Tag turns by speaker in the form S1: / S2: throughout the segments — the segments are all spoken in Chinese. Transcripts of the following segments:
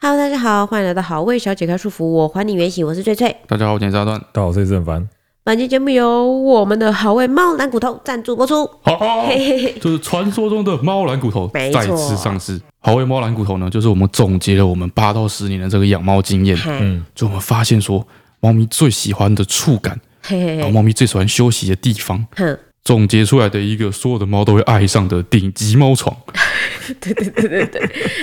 S1: Hello，大家好，欢迎来到好味小姐开束缚，我还你原形，我是翠翠。
S2: 大家好，我是阿段。
S3: 大家好，我是郑凡。
S1: 本期节目由我们的好味猫蓝骨头赞助播出。
S2: 好、好
S1: 嘿嘿嘿，
S2: 就是传说中的猫蓝骨头
S1: 没错
S2: 再次上市。好味猫蓝骨头呢，就是我们总结了我们八到十年的这个养猫经验，
S1: 嘿
S3: 嗯，
S2: 就我们发现说，猫咪最喜欢的触感，
S1: 嘿
S2: 然后
S1: 嘿，
S2: 猫咪最喜欢休息的地方，
S1: 哼，
S2: 总结出来的一个所有的猫都会爱上的顶级猫床。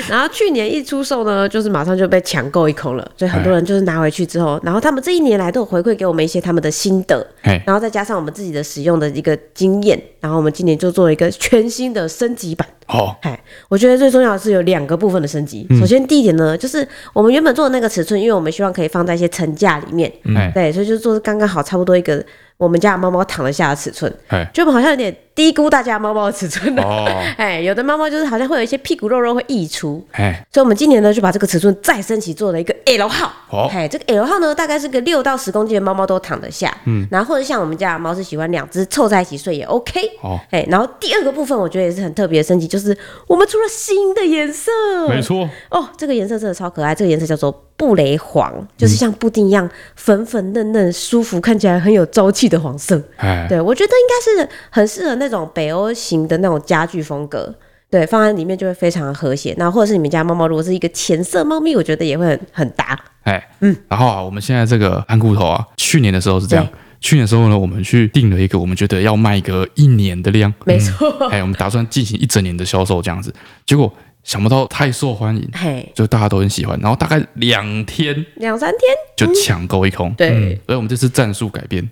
S1: 然后去年一出售呢，就是马上就被抢购一空了，所以很多人就是拿回去之后，然后他们这一年来都有回馈给我们一些他们的心得，
S2: 嘿，
S1: 然后再加上我们自己的使用的一个经验，然后我们今年就做了一个全新的升级版。
S2: 好，
S1: 哎，我觉得最重要的是有两个部分的升级。首先第一点呢，就是我们原本做的那个尺寸，因为我们希望可以放在一些层架里面，
S2: 哎
S1: 对，所以就做刚刚好，差不多一个我们家的猫猫躺得下的尺寸。
S2: 哎，
S1: 就我们好像有点低估大家猫猫的尺寸了。
S2: 哦，
S1: 哎，有的猫猫就是好像会有一些屁股肉肉会溢出，
S2: 哎，
S1: 所以我们今年呢就把这个尺寸再升级做了一个 L 号。
S2: 好
S1: 哎，这个 L 号呢大概是个六到十公斤的猫猫都躺得下。嗯，然后或者像我们家的猫是喜欢两只凑在一起睡也 OK。
S2: 好，
S1: 哎，然后第二个部分我觉得也是很特别的升级，就是我们出了新的颜色。
S2: 没错，
S1: 哦，这个颜色真的超可爱，这个颜色叫做布雷黄，就是像布丁一样粉粉嫩嫩、舒服，看起来很有朝气的黄色。
S2: 哎，
S1: 对我觉得应该是很适合那种北欧型的那种家具风格。对，放在里面就会非常的和谐。那或者是你们家猫猫，如果是一个浅色猫咪，我觉得也会很很搭。
S2: 哎，嗯，然后啊，我们现在这个安骨头啊，去年的时候是这样，去年的时候呢，我们去定了一个我们觉得要卖个一年的量，
S1: 没错，
S2: 哎，我们打算进行一整年的销售这样子，结果想不到太受欢迎，
S1: 嘿，
S2: 就大家都很喜欢，然后大概两天
S1: 两三天，嗯
S2: 就抢购一空。
S1: 对，
S2: 所以我们这次战术改变，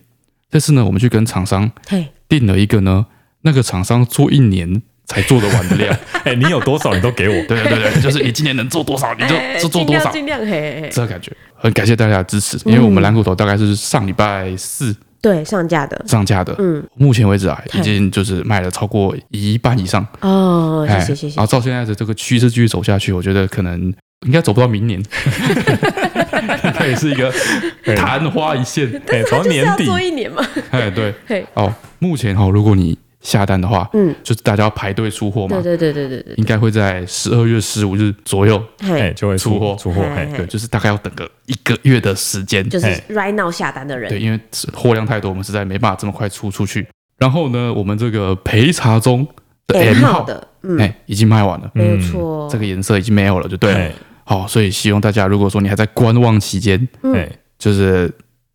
S2: 这次呢，我们去跟厂商
S1: 嘿，
S2: 定了一个呢，那个厂商做一年才做得完的量。
S3: 哎、你有多少你都 给我。
S2: 对对对对，就是你今年能做多少，你就
S1: 哎
S2: 就做多少，
S1: 尽嗯量尽量嘿嘿，嘿
S2: 这个感觉。很感谢大家的支持，因为我们蓝骨头大概是上礼拜四
S1: 对，上架的
S2: 上架的，
S1: 嗯，
S2: 目前为止啊，
S1: 嘿
S2: 已经就是卖了超过一半以上。
S1: 哦，谢
S2: 哎，
S1: 谢谢谢
S2: 然后，照现在的这个趋势继续走下去，我觉得可能应该走不到 明 年，应该也是一个
S3: 对
S2: 昙花一现。
S3: 哎，从、
S1: 就是
S3: 年
S1: 要
S3: 底
S1: 做一年嘛，
S2: 哎，对
S1: 嘿，
S2: 哦，目前哦，如果你下单的话，
S1: 嗯，
S2: 就是大家要排队出货嘛
S1: 对，对对对对对，
S2: 应该会在十二月十五日左右，
S3: 哎、
S1: 嘿，
S3: 就会
S2: 出
S3: 出
S2: 货
S3: 出货。
S1: 哎
S3: 哎、
S1: 哎
S2: 对，就是大概要等个一个月的时间，
S1: 就是
S3: 嘿
S1: right now 下单的人，
S2: 对，因为货量太多，我们实在没办法这么快出出去。然后呢，我们这个陪茶中的
S1: M
S2: M
S1: 号
S2: 号，
S1: 的，嗯，哦
S2: 哎，已经卖完了，
S1: 没有错，
S2: 这个颜色已经没有了，就对了。
S3: 哎
S2: 好，所以希望大家如果说你还在观望期间，
S1: 嗯
S3: 哎，
S2: 就是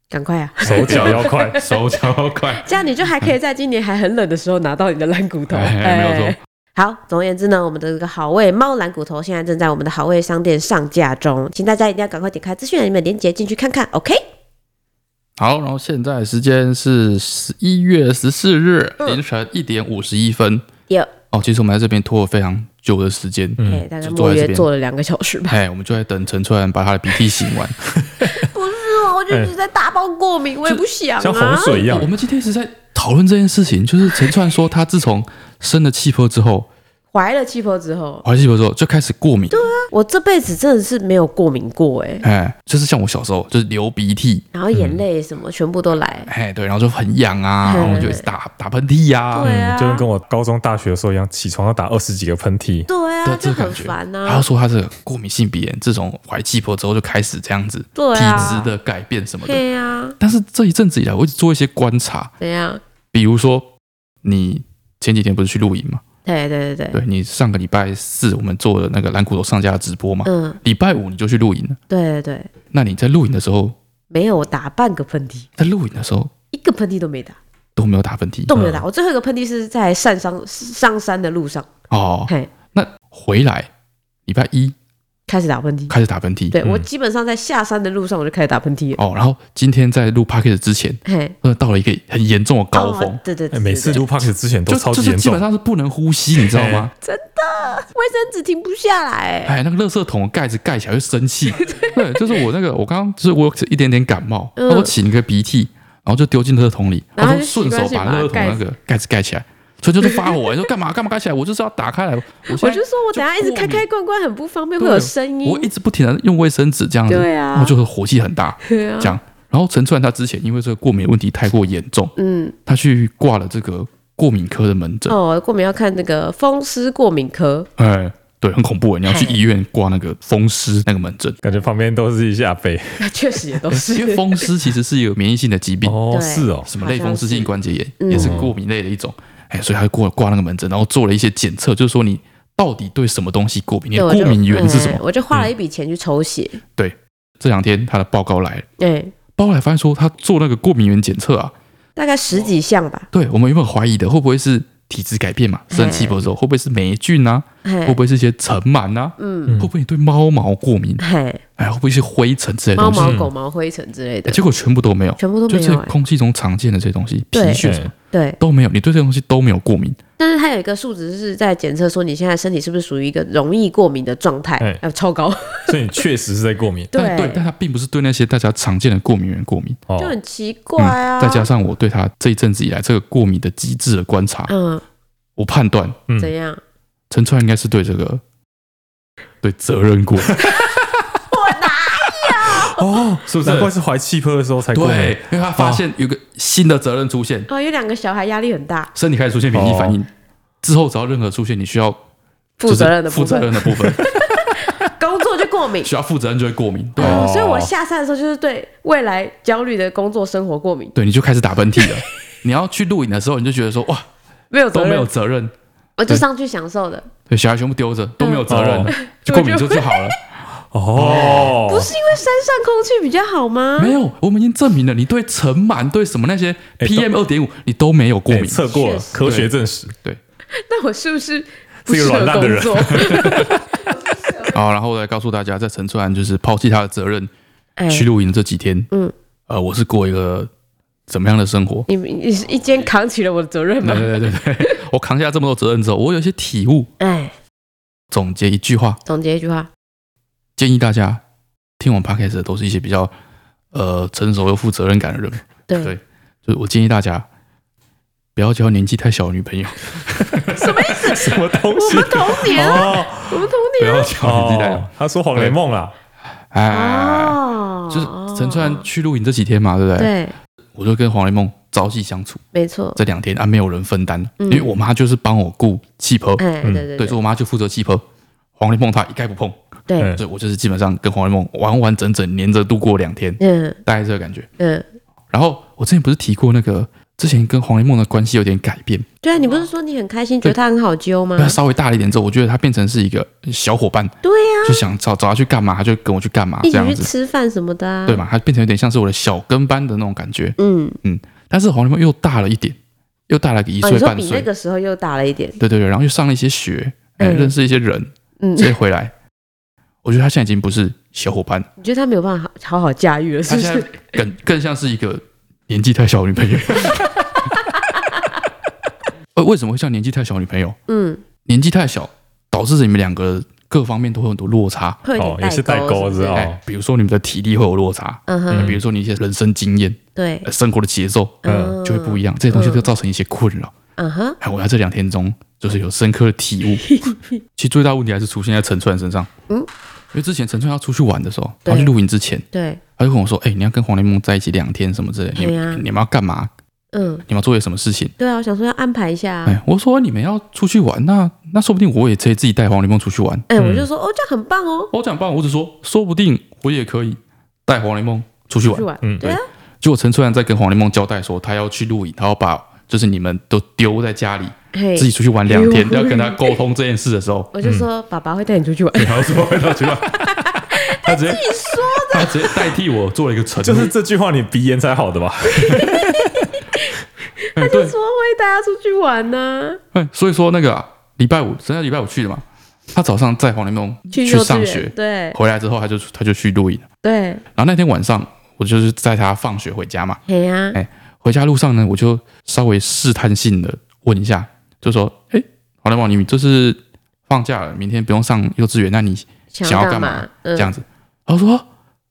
S1: 赶快啊，，
S3: 手脚要快。
S2: 手脚要快
S1: 这样你就还可以在今年还很冷的时候拿到你的蓝骨头，
S2: 哎，没有错
S1: 哎。好，总而言之呢，我们的这个好味猫蓝骨头现在正在我们的好味商店上架中，请大家一定要赶快点开资讯栏里面的链接进去看看，OK？
S2: 好，然后现在时间是十一月十四日
S1: 嗯
S2: 凌晨一点五十一分。
S1: 有，
S2: 哦，其实我们在这边拖了非常久的时间，
S1: 哎、
S3: 嗯，
S1: 大概
S2: 就坐
S1: 莫
S2: 在这
S1: 约
S2: 边
S1: 做了两个小时吧。
S2: 哎，我们就在等陈川把他的鼻涕擤完。哎
S1: 不是哦，我就一直在大爆过敏，我也不想啊。
S3: 像洪水一样
S2: 哦我。们今天一直在讨论这件事情，就是陈川说他自从生了气泡之后，
S1: 怀了气泡之后，
S2: 怀了气泡之后就开始过敏。对啊，
S1: 我这辈子真的是没有过敏过哎、
S2: 哎，就是像我小时候就是流鼻涕，
S1: 然后
S2: 嗯
S1: 眼泪什么、全部都来。
S2: 哎，对，然后就很痒啊，
S1: 嗯
S2: 然后我就一直打打喷嚏呀、
S1: 对啊，
S3: 就跟跟我高中、大学的时候一样，起床要打二十几个喷嚏。
S1: 对啊，
S2: 的
S1: 就
S2: 这
S1: 很
S2: 感觉。
S1: 烦
S2: 他
S1: 呐、
S2: 就说他这个过敏性鼻炎，自从怀气婆之后就开始这样子，
S1: 对
S2: 体
S1: 啊
S2: 质的改变什么的。
S1: 对啊，
S2: 但是这一阵子以来，我一直做一些观察，
S1: 怎样？
S2: 比如说你前几天不是去露营嘛？
S1: 对对对对，
S2: 对你上个礼拜四我们做的那个蓝骨头上架的直播嘛，
S1: 嗯，
S2: 礼拜五你就去露营了。
S1: 对对对，
S2: 那你在露营的时候，
S1: 没有打半个喷嚏，
S2: 在露营的时候
S1: 一个喷嚏都没打，
S2: 都没有打喷嚏
S1: 都没有打。我最后一个喷嚏是在上山上山的路上，
S2: 嗯哦。
S1: 嘿，
S2: 那回来礼拜一
S1: 开始打喷嚏。
S2: 开始打喷嚏，
S1: 对、我基本上在下山的路上我就开始打喷嚏了，
S2: 哦，然后今天在录 p o c a s t 之前，
S1: 嘿，
S2: 呃，到了一个很严重的高峰，
S1: 哦对对对
S3: 哎，每次
S1: 对对
S3: 录 p o d c a s 之前都
S2: 就
S3: 超
S2: 就
S3: 级
S2: 是
S3: 严
S2: 基本
S3: 重。
S2: 上是不能呼吸，你知道吗？
S1: 卫生纸停不下来、
S2: 哎，那个垃圾桶的盖子盖起来会生气。 对，就是我那个，我刚刚就是我有一点点感冒，
S1: 嗯
S2: 然后我起一个鼻涕，然后就丢进垃圾桶里，
S1: 然
S2: 然
S1: 后
S2: 后
S1: 就
S2: 就顺手把垃圾桶那个盖子盖起来，所以就是发火，哎你说干嘛干嘛盖起来？我就是要打开来，我
S1: 我
S2: 现在
S1: 就说我等下一直开开关关很不方便，会有声音
S2: 我。一直不停的用卫生纸这样子，
S1: 对啊
S2: 然后就是火气很大
S1: 对啊
S2: 这，样。然后陈川他之前因为这个过敏问题太过严重，
S1: 嗯，
S2: 他去挂了这个过敏科的门诊，
S1: 哦，过敏要看那个风湿过敏科，
S2: 哎，对，很恐怖诶，你要去
S1: 嗨
S2: 医院挂那个风湿那个门诊，
S3: 感觉旁边都是一些阿伯。
S1: 确实也都是
S2: 因为风湿其实是有免疫性的疾病，
S3: 哦，
S1: 对
S3: 是哦，
S2: 什么类风湿性关节炎，
S1: 嗯
S2: 也是过敏类的一种。哎，所以他过挂那个门诊，然后做了一些检测，就是说你到底对什么东西过敏，你
S1: 对
S2: 的
S1: 我
S2: 过
S1: 就
S2: 敏源是什
S1: 哎
S2: 么？
S1: 我就花了一笔钱去抽血，嗯
S2: 这两天他的报告来了，
S1: 哎，
S2: 报告来发现说他做那个过敏源检测啊，
S1: 大概十几项吧，
S2: 对我们原本怀疑的会不会是体质改变嘛，
S1: 嗯
S2: 生气不之后会不会是霉菌啊，
S1: 嘿
S2: 会不会是一些尘螨啊，
S1: 嗯
S2: 会不会你对猫毛过敏，
S1: 嘿，
S2: 哎，会不会是灰尘之类的
S1: 猫
S2: 东西？
S1: 毛、狗毛、灰尘之类的
S2: 哎，结果全部都没有，
S1: 全部都
S2: 就
S1: 没
S2: 是
S1: 有，哎
S2: 空气中常见的这些东西，
S1: 对
S2: 皮
S3: 哎
S2: 屑什么
S1: 对。
S2: 都没有，你对这些东西都没有过敏。
S1: 但是它有一个数值是在检测说你现在身体是不是属于一个容易过敏的状态
S3: 哎，
S1: 呃，超高，
S3: 所以你确实是在过敏
S2: 但 对，但他并不是对那些大家常见的过敏源过敏。嗯
S3: 哦
S1: 就。很奇怪啊。
S2: 再加上我对他这一阵子以来这个过敏的机制的观察，
S1: 嗯，
S2: 我判断
S3: 嗯
S1: 怎样？
S2: 陈川应该是对这个对责任过敏。
S3: 哦，是
S2: 不是
S3: 难怪是怀气泡的时候才过 敏。
S2: 对，哦因为他发现有个新的责任出现，
S1: 哦，有两个小孩压力很大，
S2: 身体开始出现免疫反应。哦之后，只要任何出现你需要
S1: 负责任的
S2: 就是负
S1: 部
S2: 责
S1: 分，
S2: 任的部分，
S1: 工作就过 敏。
S2: 需要负责任就会过敏。对，
S1: 哦
S3: 哦，
S1: 所以我下山的时候就是对未来焦虑的工作生活过敏，
S2: 对，你就开始打喷嚏了。你要去露营的时候，你就觉得说哇
S1: 没有责
S2: 都
S1: 任，
S2: 没有哦责任，
S1: 我就上去享受的，
S2: 对，小孩全部丢着都没有责任
S3: 哦，
S1: 嗯
S2: 就过敏就就好了。
S3: 哦，
S1: 不是因为山上空气比较好吗？
S2: 没有，我们已经证明了，你对尘螨、对什么那些
S3: 哎
S2: PM 二点五，你都没有过
S3: 哎
S2: 敏。
S3: 测过了
S1: 确，实
S3: 科学证实。
S1: 那我是不是不
S3: 是
S1: 适
S3: 个
S1: 合
S3: 软烂的
S1: 工
S3: 人
S1: 作？
S2: 好，啊然后我来告诉大家，在陈川就是抛弃他的责任
S1: 哎，
S2: 去露营这几天，
S1: 嗯
S2: 嗯，呃，我是过一个怎么样的生
S1: ？
S2: 活
S1: 你你是一肩扛起了我的责任吗
S2: 对？对对对，对我扛下这么多责任之后，我有一些体悟。
S1: 哎，
S2: 总结一句话，
S1: 总结一句话，
S2: 建议大家听我们 podcast 的都是一些比较呃成熟又负责任感的人，
S1: 对，
S2: 对就是我建议大家不要交年纪太小的女朋友，
S1: 什么意思？
S3: 什么东
S1: 我
S3: 西？
S1: 们童年啊，
S3: 哦
S1: 我们童
S2: 不
S1: 年
S2: 要交年纪太小
S3: 哦，，他说黄雷梦啊啦，
S2: 哎。
S1: 啊，
S2: 就是陈川去露营这几天嘛，对不对？
S1: 对，
S2: 我就跟黄雷梦朝夕相处
S1: 没错，
S2: 这两天啊，没有人分担，
S1: 嗯
S2: 因为我妈就是帮我顾气泡，
S1: 哎，对
S3: 嗯
S1: 对
S2: 对，所以我妈就负责气泡，黄雷梦她一概不碰，
S1: 对，
S3: 嗯
S2: 所以我就是基本上跟黄雷梦完完整整黏着度过两天，
S1: 嗯
S2: 大概这个感觉。
S1: 嗯，
S2: 然后我之前不是提过那个，之前跟黄雷梦的关系有点改变，
S1: 对啊，你不是说你很开心，觉得他很好揪吗
S2: 因为？她稍微大了一点之后，我觉得她变成是一个小伙伴，
S1: 对呀，
S2: 就想找找她去干嘛，她就跟我去干嘛
S1: 嗯一
S2: 这
S1: 起
S2: 样
S1: 去
S2: 子，
S1: 吃饭什么的啊，
S2: 对？嘛？她变成有点像是我的小跟班的那种感觉。
S1: 嗯，
S2: 但是黄立梦又大了一点，又大了个一
S1: 哦，
S2: 岁
S1: 你说
S2: 半
S1: 比
S2: 岁，
S1: 那个时候又大了一点，
S2: 对对对，然后又上了一些学，哎、
S1: 嗯
S2: 认识一些人，
S1: 嗯，
S2: 所以回来，我觉得他现在已经不是小伙伴，
S1: 你觉得他没有办法好好驾驭了，是
S2: 他
S1: 不
S2: 现
S1: 是？
S2: 在更更像是一个年纪太小的女 朋友。呃，为什么会像年纪太小的女朋友？
S1: 嗯，
S2: 年纪太小导致你们两个各方面都会有很多落差，
S1: 会有
S3: 哦，也是
S1: 代
S3: 代沟，
S1: 沟，是不
S3: 知
S1: 是
S3: 道？
S2: 哎、
S3: 哦
S2: 比如说你们的体力会有落差，哎
S1: 嗯哼，
S2: 比如说你一些人生经验、
S1: 对，
S2: 呃生活的节奏
S3: 嗯
S2: 就会不一样，这些东西
S1: 嗯
S2: 都造成一些困扰。
S1: 嗯哼，
S2: 哎，我在这两天中就是有深刻的体悟。其实最大问题还是出现在陈川身上。
S1: 嗯
S2: 嗯，因为之前陈川要出去玩的时候，
S1: 对啊
S2: 他去露营之前，
S1: 对，
S2: 他就跟我说：“哎、你要跟黄连梦在一起两天什么之类，你
S1: 对啊
S2: 们你们要干嘛？
S1: 嗯，
S2: 你们要做些什么事情
S1: 对啊，我想说要安排一下？”啊
S2: 哎、。我说：“你们要出去玩，那那说不定我也可以自己带黄连梦出去玩。
S1: 哎，我就说哦，这样很棒哦，
S2: 我讲棒，我只说说不定我也可以带黄连梦出去
S1: 出
S2: 玩
S1: 去。玩，
S3: 嗯
S1: 对啊，
S2: 结果陈川在跟黄连梦交代说，他要去露营，他要把就是你们都丢在家里，
S1: 嘿
S2: 自，己出嗯去玩两天，
S1: 丢
S2: 要跟他沟通这件事的时候。
S1: 我就说爸爸会带你出去玩，
S2: 然后说回到去
S3: 啊
S2: 吧，他直接他直接代替我做了一个承诺，
S3: 就是这句话你鼻炎才好的吧？
S2: 哎
S1: 就
S2: 对，
S1: 说会带他出去玩呢，
S2: 哎所以说那个啊礼、拜五，真的礼拜五去的嘛，他早上在黄连梦
S1: 去幼稚
S2: 上
S1: 园
S2: 学，，
S1: 对
S2: 回来之后他就他就去露营，
S1: 对，
S2: 然后那天晚上我就是在他放学回家嘛，
S1: 嘿呀，
S2: 哎回家路上呢，我就稍微试探性的问一下，就说，哎、黄连梦，你这是放假了，明天不用上幼稚园，那你想
S1: 要
S2: 要干
S1: 嘛
S2: 嘛？
S1: 嗯
S2: 这，样子，他说，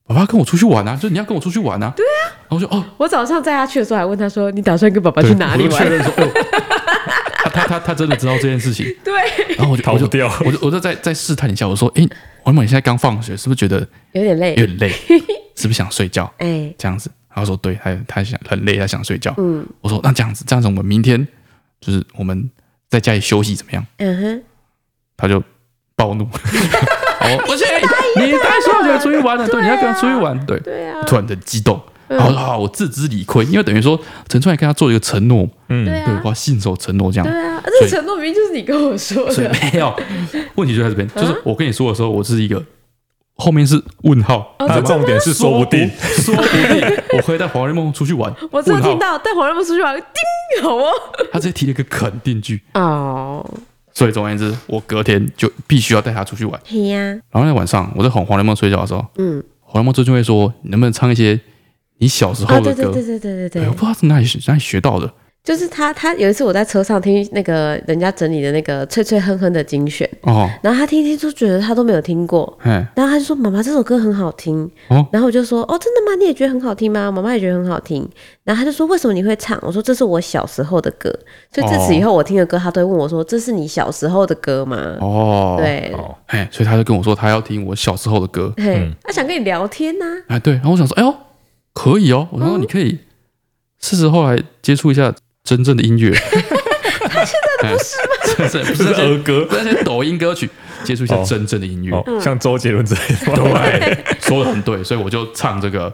S2: 爸爸跟我出去玩啊，就是你要跟我出去玩啊，对啊，然后我就哦。
S1: 我早上带他去的时候还问他说你打算跟爸爸
S2: 对
S1: 去哪里
S2: 我就确
S1: 玩？
S2: 认说，哦，他他他他真的知道这件事情。
S1: 对，
S2: 然后我就
S3: 逃
S2: 我
S3: 不
S2: 就
S3: 掉
S2: 我就我就再再试探一下，我说，哎，王某，你现在刚放学，是不是觉得
S1: 有点累，
S2: 有点 累？是不是想睡觉？
S1: 哎，
S2: 这样子，他说对，他他想很累，他想睡觉。
S1: 嗯，
S2: 我说那这样子，这样子我们明天就是我们在家里休息怎么样？
S1: 嗯哼，
S2: 他就暴怒， 哦，不行，你带小姐出去玩了，对，你要跟她出去玩，对，
S1: 对啊，嗯
S2: 突然的激动，然后啊，我自知理亏，因为等于说陈川也跟他做了一个承诺，
S1: 对
S3: 嗯，
S2: 对，我
S1: 啊，
S2: 要信守承诺这样
S1: 对。啊，啊这
S2: 所
S1: 个
S2: 以
S1: 承诺明明就是你跟我说
S2: 所以
S1: 的，
S2: 没有问题就在这边，
S1: 啊
S2: 就是我跟你说的时候，我是一个后面是问号，
S1: 哦
S3: 他的重点是说不定，
S2: 说不定我会带黄瑞梦出去玩。
S1: 我真
S2: 问
S1: 的
S2: 号
S1: 听到，带黄瑞梦出去玩，叮，好哦。
S2: 他直接提了一个肯定句，
S1: 哦，
S2: 所以总而言之，我隔天就必须要带他出去玩。
S1: 嘿呀，
S2: 然后那晚上我在哄黄瑞梦睡觉的时候，
S1: 嗯，
S2: 黄瑞梦最近会说：“你能不能唱一些你小时
S1: 啊，
S2: 候
S1: 对对
S2: 的歌？”
S1: 对对对对
S2: 哎
S1: 对
S2: 我不，知道是哪里学哪里学到的。
S1: 就是他，他有一次我在车上听那个人家整理的那个脆脆哼哼的精选，
S2: 哦，
S1: 然后他听一听就觉得他都没有听过，
S2: 哎，
S1: 然后他就说：“妈妈，这首歌很好听。”
S2: 哦
S1: 然后我就说：“哦，真的吗？你也觉得很好听吗？”妈妈也觉得很好听。然后他就说：“为什么你会唱？”我说：“这是我小时候的歌。”所以自此以后，我听的歌，他都会问我说：“这是你小时候的歌吗？”
S2: 哦，，
S1: 对，
S3: 哦，
S2: 哎，所以他就跟我说他要听我小时候的歌。
S1: 嘿，
S3: 嗯
S1: 他想跟你聊天啊呐、
S2: 哎，对，然后我想说，哎呦，可以哦，我
S1: 嗯
S2: 想说你可以是时候来接触一下真正的音 乐。他现在 不是吗？不是，
S3: 这
S2: 不是
S3: 是
S2: 那些
S3: 儿歌
S2: 不是那些抖音歌曲，接触一下
S3: 呃哦
S2: 真正的音乐。
S1: 嗯
S3: 哦，像周杰伦之类的吗，
S2: 对，说的很对，所以我就唱这个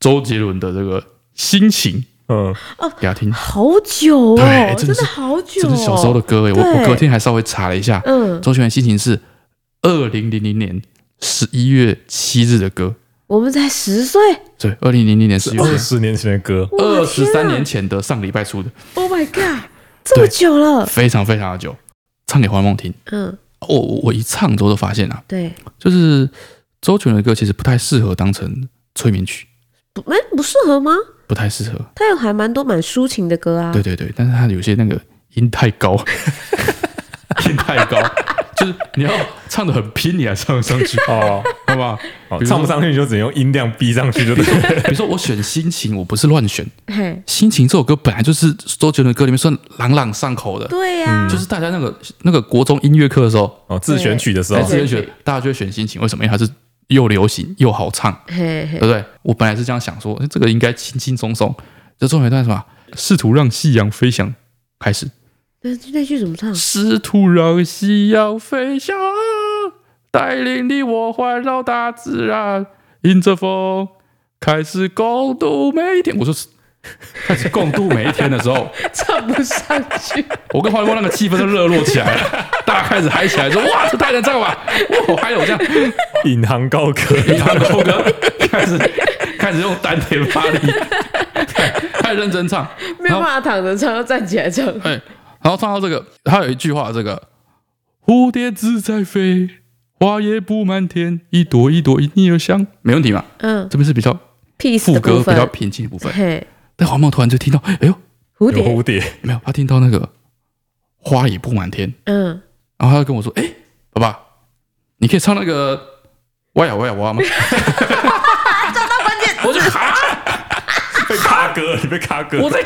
S2: 周杰伦的这个心情
S3: 嗯，
S2: 给他听，
S1: 好久哦，
S2: 对哎真的是
S1: 真的好久、
S2: 这
S1: 哦，
S2: 是小时候的歌欸诶。我我
S1: 对
S2: 隔天还稍微查了一下，
S1: 嗯，
S2: 周杰伦心情是二零零零年十一月七日的歌，
S1: 我们才十岁
S2: 对，二零零零年十
S3: 是
S2: 一
S3: 二
S2: 月
S3: 十年前的歌，
S1: 我
S2: 二
S1: 的
S2: 十
S1: 天啊
S2: 三年前的上礼拜出的，
S1: ，Oh my god，这么久了，
S2: 非常非常的久，唱给黄梦听。
S1: 嗯，
S2: 我我我一唱之后就发现啊，
S1: 对，
S2: 就是周杰伦的歌其实不太适合当成催眠曲，
S1: 不，哎、不适合吗？
S2: 不太适合。
S1: 他有还蛮多蛮抒情的歌啊，
S2: 对对对，但是他有些那个音太高， 音太高，就是你要唱的很拼，你才唱得上 去，
S3: 哦，
S2: 好吧？
S3: 哦
S2: 比如说
S3: 唱不上去你就只能用音量逼上去，就对了，
S2: 比如说我选心情，我不是乱选，
S1: 嘿，
S2: 心情这首歌本来就是周杰伦的歌里面算朗朗上口的，
S1: 对呀、
S2: 就是大家那个那个国中音乐课的时候，
S3: 哦，自选曲的时候
S2: 在
S1: 对
S2: 自，选选，大家就会选心情，为什么？因为它是又流行又好唱，
S1: 嘿嘿
S2: 对。不对？我本来是这样想说，诶这个应该轻轻松松。这中有一段什么？试图让夕阳飞翔，开始。
S1: 那那句怎么唱？
S2: 试图让夕阳飞翔，带领你我环绕大自然，迎着风，开始共度每一天。我说是开始共度每一天的时 候，
S1: 唱不上 去。
S2: 我跟黄立波那个气氛就热络起来了，大家开始嗨起来，说哇，这太能唱了吧！哇，我嗨了，哦我这样
S3: 引吭高歌，
S2: 一堂高歌，开始开始用丹田发力，太认真唱，
S1: 没有办法躺着唱，要站起来唱。
S2: 哎、然后唱到这个，他有一句话，这个蝴蝶自在飞，花叶布满天，一朵一朵迎你而香，没问题嘛？
S1: 嗯
S2: 这边是比较
S1: ，peace
S2: 副
S1: 的
S2: 歌
S1: 部
S2: 比
S1: 分
S2: 较。平静的部分，
S1: 嘿，
S2: 但黄毛突然就听到，哎呦，
S1: 蝴
S3: 有
S1: 蝶
S3: 蝴，蝶，
S2: 没有，他听到那个花也布满天，
S1: 嗯，
S2: 然后他就跟我说，哎、爸爸，你可以唱那个哇呀哇呀哇吗？ 找到关键，我就哈。
S3: 被卡歌，你被卡歌
S2: 我， 在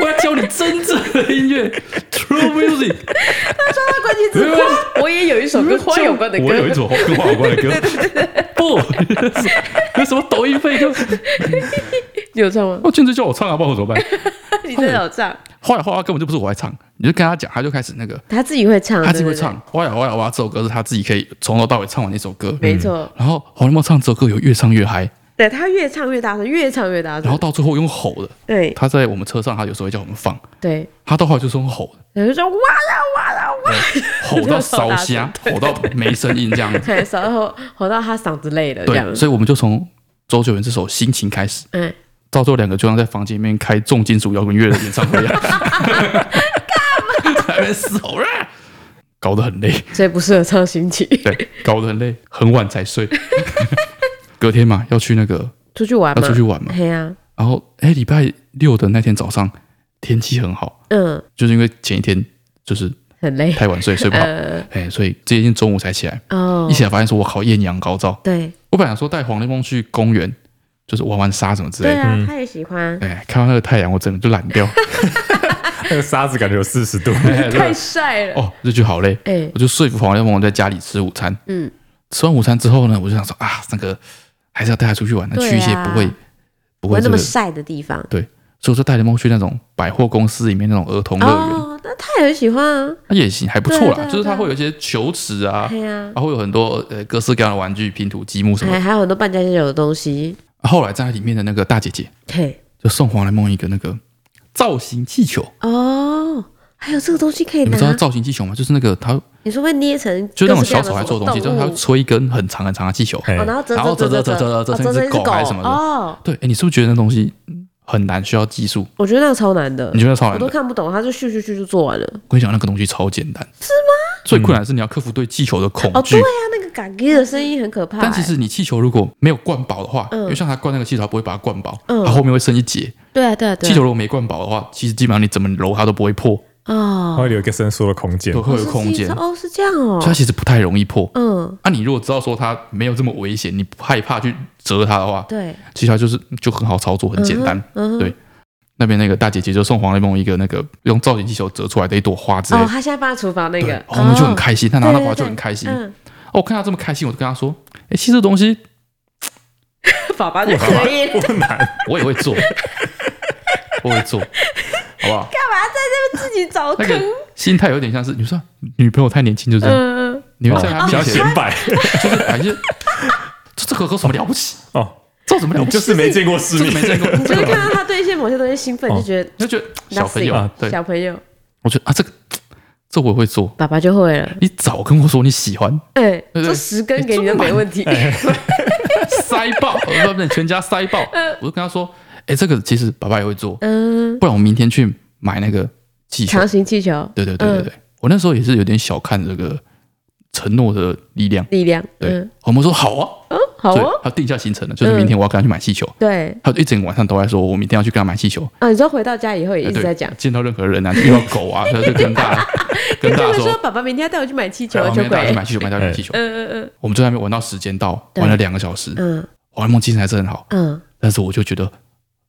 S2: 我要教你真正的音乐，True Music。
S1: 那关键字花，我也有一首跟花有关的歌。
S2: 我有一首跟花有 关的歌，不， 那什么抖音废歌，
S1: 你有唱吗？
S2: 我简直叫我唱啊，不然我怎么办？
S1: 你真的有唱？
S2: 后来花花根本就不是我在唱，你就跟他讲，他就开始那个，
S1: 他自己会唱，
S2: 他自己会
S1: 对，
S2: 唱《哇呀哇呀哇》这首歌是他自己可以从头到尾唱完一首歌。
S1: 对
S2: 嗯
S1: 对没错。
S2: 然后黄立波唱这首歌有越唱越嗨，
S1: 对他越唱越大声，越唱越大
S2: 然后
S1: 声。
S2: 到最后用吼的。
S1: 对
S2: 他在我们车上，他有时候会叫我们放，
S1: 对，
S2: 他到后来就是用吼的，
S1: 然后就说哇啦哇啦哇啦，
S2: 吼 到烧瞎，吼到没声音这样子。
S1: 嘿然后吼到他嗓子累了这样
S2: 对，。所以我们就从周杰伦这首《心情》开始，
S1: 嗯，
S2: 到最后两个就像在房间里面开重金属摇滚乐的演唱会一样，干嘛？在那边嘶吼啊，搞得很累，
S1: 所以不适合唱心情，
S2: 对，搞得很累，很晚才 睡。隔天嘛，要去那个
S1: 出去玩
S2: 要
S1: 嘛。
S2: 啊出去玩嘛，
S1: 嘿呀，
S2: 然后哎，礼拜六的那天早上天气很好，
S1: 嗯，
S2: 就是因为前一天就是
S1: 很累。
S2: 太晚睡睡不好，
S1: 呃，
S2: 哎，所以这一天中午才起来，
S1: 哦
S2: 一，起来发现说我靠艳阳高照，
S1: 对
S2: 我本来想说带黄立梦去公园，就是玩玩沙什么之类
S1: 对
S2: 的。
S1: 啊
S3: 嗯，
S1: 他也喜欢，
S2: 哎，看到那个太阳，我整个就懒掉。
S3: 那个沙子感觉有四 十度，
S2: 哎
S1: 太晒了。
S2: 哦，日剧好累，
S1: 哎，
S2: 我就说服黄连梦在家里吃午餐。
S1: 嗯，
S2: 吃完午餐之后呢，我就想说啊，那个还是要带他出去玩，那
S1: 对啊
S2: 去一些不会不
S1: 不
S2: 会
S1: 会那
S2: 这个，
S1: 么
S2: 所
S1: 晒的地方。
S2: 以我就带连梦去那种百货公司里面那种儿童乐园。
S1: 哦，那他也很喜欢啊，
S2: 那也行，还不错
S1: 对啊对
S2: 啦。
S1: 啊
S2: 就是它会有一些球池啊，
S1: 对呀、哎
S2: 然后有很多呃各式各样的玩具、拼图、积木什么
S1: 还
S2: 的。
S1: 还有很多扮家家酒的东西，
S2: 后来站在里面的那个大姐姐
S1: 嘿，
S2: 就送黄莱梦一个那个造型气球，
S1: 哦，还有这个东西可以
S2: 你们知道
S1: 拿，
S2: 造型气球吗？就是那个它
S1: 你说会捏成
S2: 就
S1: 各
S2: 是那种
S1: 式各样
S2: 小
S1: 的
S2: 手来做的东西，
S1: 什
S2: 就
S1: 么
S2: 是它
S1: 动
S2: 会
S1: 物
S2: 吹一根很长很长的气球，
S3: 嘿
S1: 哦，然后折
S2: 然后折折折折折
S1: 折哦
S2: 折
S1: 折
S2: 成一只
S1: 一只
S2: 狗还是什么的
S1: 哦，
S2: 对，哎、你是不是觉得那东西嗯很难，需要技术？
S1: 我觉得那个超难的
S2: 你，觉得超
S1: 我
S2: 难的？
S1: 都
S2: 我
S1: 看不懂，他就咻咻咻就做完了。
S2: 跟你讲，那个东西超简单，是吗？最困难的是你要克服对气球的恐
S1: 哦，
S2: 惧。
S1: 对啊，那个嘎叽的声音很可怕、欸。
S2: 但其实你气球如果没有灌饱的话，
S1: 嗯
S2: 因为像它灌那个气球，它不会把它灌饱，
S1: 嗯
S2: 它后面会剩一节。
S1: 对啊，对啊，对
S2: 气
S1: 啊，
S2: 球如果没灌饱的话，其实基本上你怎么揉它都不会破，
S1: 哦，
S3: 它会留一个伸缩的空间
S2: 都。会有空间，
S1: 哦是
S2: 所
S1: 哦，是这样哦
S2: 以，它其实不太容易破。
S1: 嗯，
S2: 啊，你如果知道说它没有这么危险，你不害怕去折它的话，
S1: 对，
S2: 其实它就是就很好操作，很简单。
S1: 嗯哼，
S2: 对那边那个大姐姐就送黄雷梦一个那个用造型气球折出来的一朵花之类
S1: 哦，
S2: 的，
S1: 他现在放在厨房那
S2: 对
S1: 个，，
S2: 我们就很
S1: 哦
S2: 开心，她拿到花
S1: 对对
S2: 就
S1: 对
S2: 很开心。哦，
S1: 嗯，
S2: 我看她这么开心，我就跟她说：“哎，其实这东西
S1: 爸爸就可以了，
S3: 不难，
S2: 我也会做，我会做，好不好？
S1: 自己找
S2: 那
S1: 坑，
S2: 个心态有点像是你说女朋友太年轻就这样，
S1: 嗯，嗯
S2: 你会在她
S3: 比较
S2: 面前
S3: 显 摆
S2: 就是感觉这这个有什么了不起？
S3: 哦，
S2: 这有什么了不
S3: 就
S2: 起？
S3: 是没见过世
S2: 这个没
S3: 面
S2: 见过，
S1: 你
S2: 这
S1: 就是
S2: 个没
S1: 看到他对一些某些东西兴奋，
S3: 哦
S1: 就觉得
S2: 你就觉得小朋友
S3: 啊，
S2: 对
S1: 小朋友
S2: 我觉得啊，这个这我也会做。
S1: 爸爸就会了，
S2: 你早跟我说你喜欢，
S1: 哎，
S2: 对哎
S1: 这十根给你都没问题，
S2: 塞爆，呃不不，全家塞爆。我就跟他说，哎，这个其实爸爸也会做，
S1: 嗯，
S2: 不然我明天去买那个气球
S1: 长。形气球
S2: 对对对对对，我那时候也是有点小看这个承诺的力量。
S1: 力量，
S2: 对
S1: 嗯，，
S2: 我们说好啊，
S1: 嗯，好嗯
S2: 对，
S1: 哦，
S2: 他定下行程了，就是明天我要跟他去买气球。
S1: 对，
S2: 他就一整个晚上都在说，我明天要去跟他买气球。
S1: 啊，你说回到家以后也一
S2: 哎
S1: 直
S2: 对
S1: 在讲。
S2: 见到任何人啊， 遇到狗啊，他就跟 大家跟大
S1: 他
S2: 家
S1: 们
S2: 说
S1: 说，爸爸明天要带我去买气球
S2: 哎，我
S1: 啊，
S2: 们
S1: 球
S2: 明天带他去
S1: 鬼。
S2: 买气球，买他去买气球。
S1: 嗯嗯
S2: 我们就在那边玩到时间到，
S1: 对
S2: 玩了两个小时。
S1: 嗯
S2: 黄梦精神还是很好，
S1: 嗯
S2: 但是我就觉得